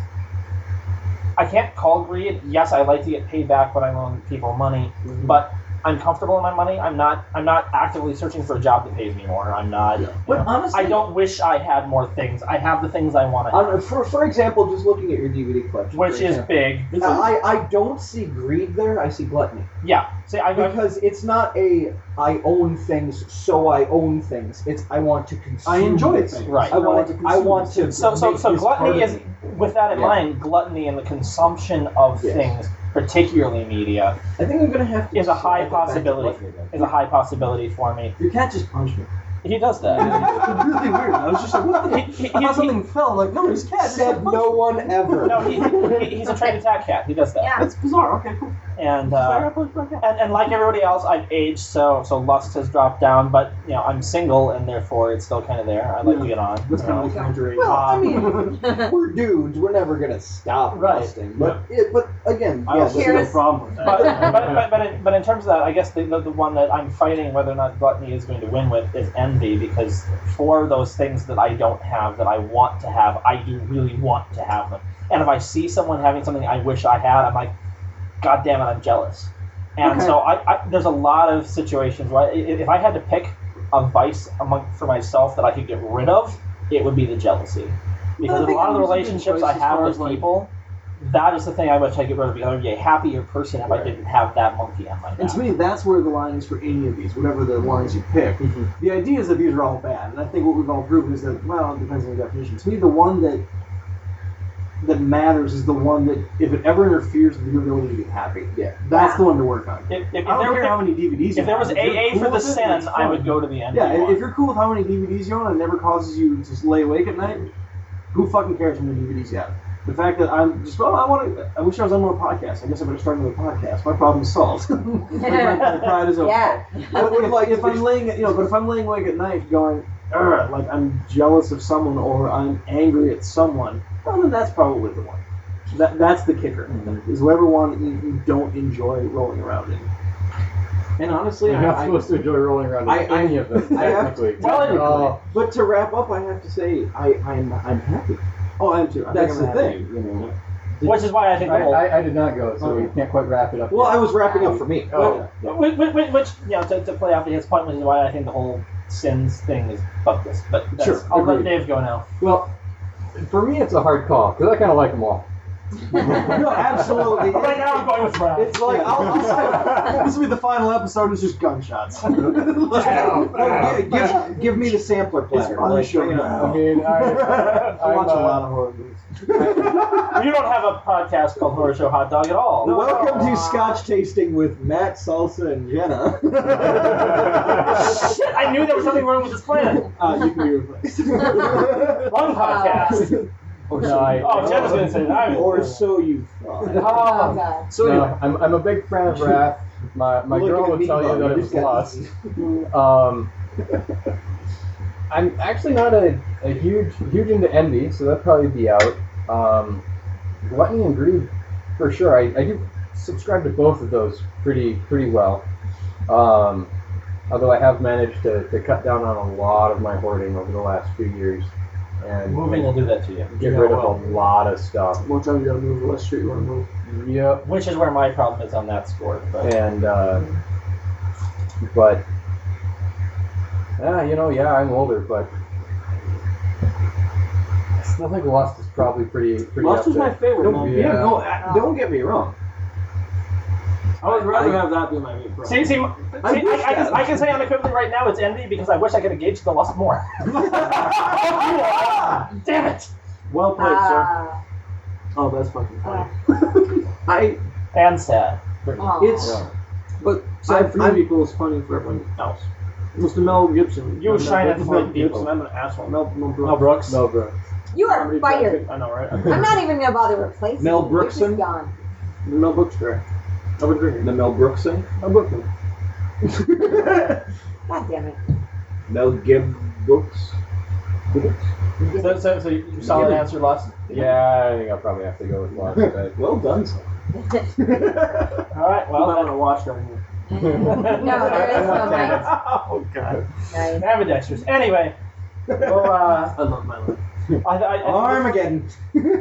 I can't call greed. Yes, I like to get paid back when I loan people money, but I'm comfortable in my money. I'm not. I'm not actively searching for a job that pays me more. I'm not. but honestly, I don't wish I had more things. I have the things I want to have, On, for, for example, just looking at your DVD collection, for which is example, big. I, I don't see greed there. I see gluttony Yeah. See, I, I, because it's not a I own things, so I own things. It's I want to consume. I enjoy things. things. Right. I want. To, I want to. So- so- make so this part gluttony of is- me. with that in Yeah. mind, gluttony and the consumption of Yes. things, particularly media, I think I'm gonna have to. is a high decide to back to possibility. gluttony then. is a high possibility for me. Your cat just punched me. He does that. (laughs) It's really weird. I was just like, what? The he, heck? he, I he- thought something fell. Like, no, his cat just Said (laughs) like, no one ever. no, he, he, he's a trained attack cat. He does that. Yeah. That's bizarre. Okay, cool. And, uh, Sorry, I punched my cat. and and like everybody else, I've aged, so so lust has dropped down. But you know, I'm single, and therefore it's still kind of there. I like to Yeah. get on. you That's kind know. of like counter Well, I Um, mean, we're dudes. We're never gonna stop Right. lusting. But it, but again, I yes, also have no Cheers. problem with but, that. but, but, but, in, but in terms of that, I guess the, the, the one that I'm fighting whether or not gluttony is going to win with is envy because for those things that I don't have that I want to have, I do really want to have them. And if I see someone having something I wish I had, I'm like, God damn it, I'm jealous. And Okay. so I, I, there's a lot of situations where I, i- if I had to pick a vice among for myself that I could get rid of, it would be the jealousy. Because in a think lot there's a of the good relationships I choice as have far with as, like- people, that is the thing I wish I could get rid of. because I would be a happier person if I Right. didn't have that monkey on my And back. to me, that's where the line is for any of these, whatever the lines you pick. The idea is that these are all bad, and I think what we've all proven is that well, it depends on the definition. To me, the one that that matters is the one that if it ever interferes with your ability to be happy, Yeah. that's the one to work on. If, if, if I don't there, care if- how many DVDs. you if there have, was you're AA cool for the with it, that's sin, I fine. would go to the end. Yeah, if- if you're cool with how many DVDs you own and it never causes you to lay awake at night, who fucking cares how many DVDs you have? The fact that I'm just well, I want to. I wish I was on more podcasts. I guess I better start another podcast. My problem's (laughs) solved. my, my pride (laughs) is okay. (laughs) Yeah. But if, like, if I'm laying, you know, but if I'm laying awake at night going, "Ugh," like I'm jealous of someone or I'm angry at someone, well, then that's probably the one. That that's the kicker. Mm-hmm. Is whoever one you, you don't enjoy rolling around in. And honestly, You're not I, I, supposed to enjoy rolling around I- in any of them, I have- technically. Uh, Well, They're all- but to wrap up, I have to say I, I'm I'm happy. Oh, I am too. I That's think the I'm happy. thing, you know. which is why I I, think the whole I, I did not go, so we can't quite wrap it up. Well, yet. I was wrapping up for me. Oh. Which, which, which, which you know, to, to play off of his point, which is why I think the whole sins thing is focused. But that's, Sure, I'll let agreed. Dave go now. Well, for me, it's a hard call because I kind of like them all. No, (laughs) absolutely. Right now, I'm going with Brad. It's like I'll, I'll, this will be the final episode. It's just gunshots. (laughs) Like, (laughs) Well, gi- give, give me the sampler platter. It's unsure. you know. I mean, I, uh, I watch a (laughs) lot of horror movies. You don't have a podcast called Horror Show Hot Dog at all. Welcome to Scotch tasting with Matt Salsa and (laughs) Jenna. (laughs) (laughs) Shit, I knew there was something wrong with this plan. Uh, you can be (laughs) replaced. Wrong podcast. Or No, I- Oh, Jenna's gonna say that. I'm- Or (laughs) so you thought. Oh, Oh, God. So no, I'm, I'm a big fan of Wrath. My, my Look girl at will me, tell you Bob, that it was just got lust. this- Um, I'm actually not a, a huge huge into envy, so that'd probably be out. Um, gluttony and greed, for sure. I, I do subscribe to both of those pretty pretty well. Um, although I have managed to, to cut down on a lot of my hoarding over the last few years and moving will do that to you. get rid of a lot of stuff. More time you gotta move. What street you wanna move? Yep. Which is where my problem is on that score. But and uh, but ah, you know, yeah, I'm older, but I still think Lust is probably pretty pretty. Lust up was there. my favorite. No, movie. yeah, no, I- don't get me (laughs) wrong. I would rather have that be my main problem. see, see, see I, I, can, I can say unequivocally right now it's envy because I wish I could engage the lust more. (laughs) Fuck you all. Damn it. well played, sir. Ah. Oh, that's fucking Uh, funny. I (laughs) And sad. oh. it's but sad for I'm- you people is funny for everyone else. Mr. Mel Gibson. You Mel- shine Mel- at Mel funny Gibson, people. I'm an asshole. Mel, Mel Brooks. Mel Brooks. No, bro. you Comedy are Brad fired. Pitt. I know, right? I'm not even gonna bother replacing Mel you. You're just Brookson? gone. The Mel Brooks guy. I would drink The it. Mel Brooks thing. Mel Brooks. God (laughs) damn it. (laughs) Mel Gibb books. Books? So, so, so you- solid answer, lust. Yeah, I think I'll probably have to go with Lust. But Well done. son. (laughs) All right. Well, I Well. haven't watched that yet. no, there is no mic. oh God. Nice. (laughs) Ambidextrous. Anyway. Well, uh, I love my life. I, I, I Armageddon. we, we-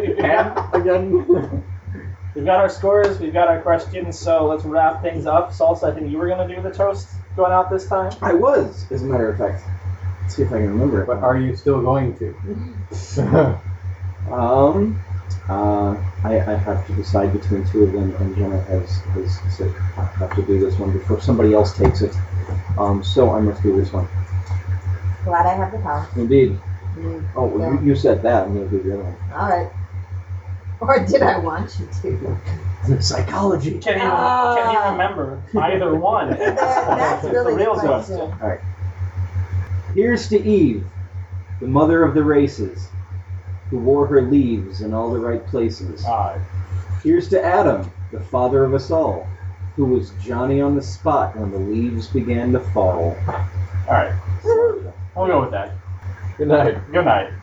we've, got, Armageddon. we've got our scores, we've got our questions, so let's wrap things up. Salsa, I think you were going to do the toast going out this time. I was, as a matter of fact. Let's see if I can remember it. but are you still going to? Um, uh, I, I have to decide between two of them, and Jenna has, has said I have to do this one before somebody else takes it. Um, so I must do this one. Glad I have the power. Indeed. Mm, Oh, well, you, you said that. I'm going to do the other one. (laughs) all right. Or did I want you to? Psychology. Can you, Ah. can you remember either one? That, (laughs) that's It's really the real the question. question. Here's to Eve, the mother of the races, who wore her leaves in all the right places. Uh, Here's to Adam, the father of us all, who was Johnny on the spot when the leaves began to fall. all right. We'll go with that. Good night. Good night.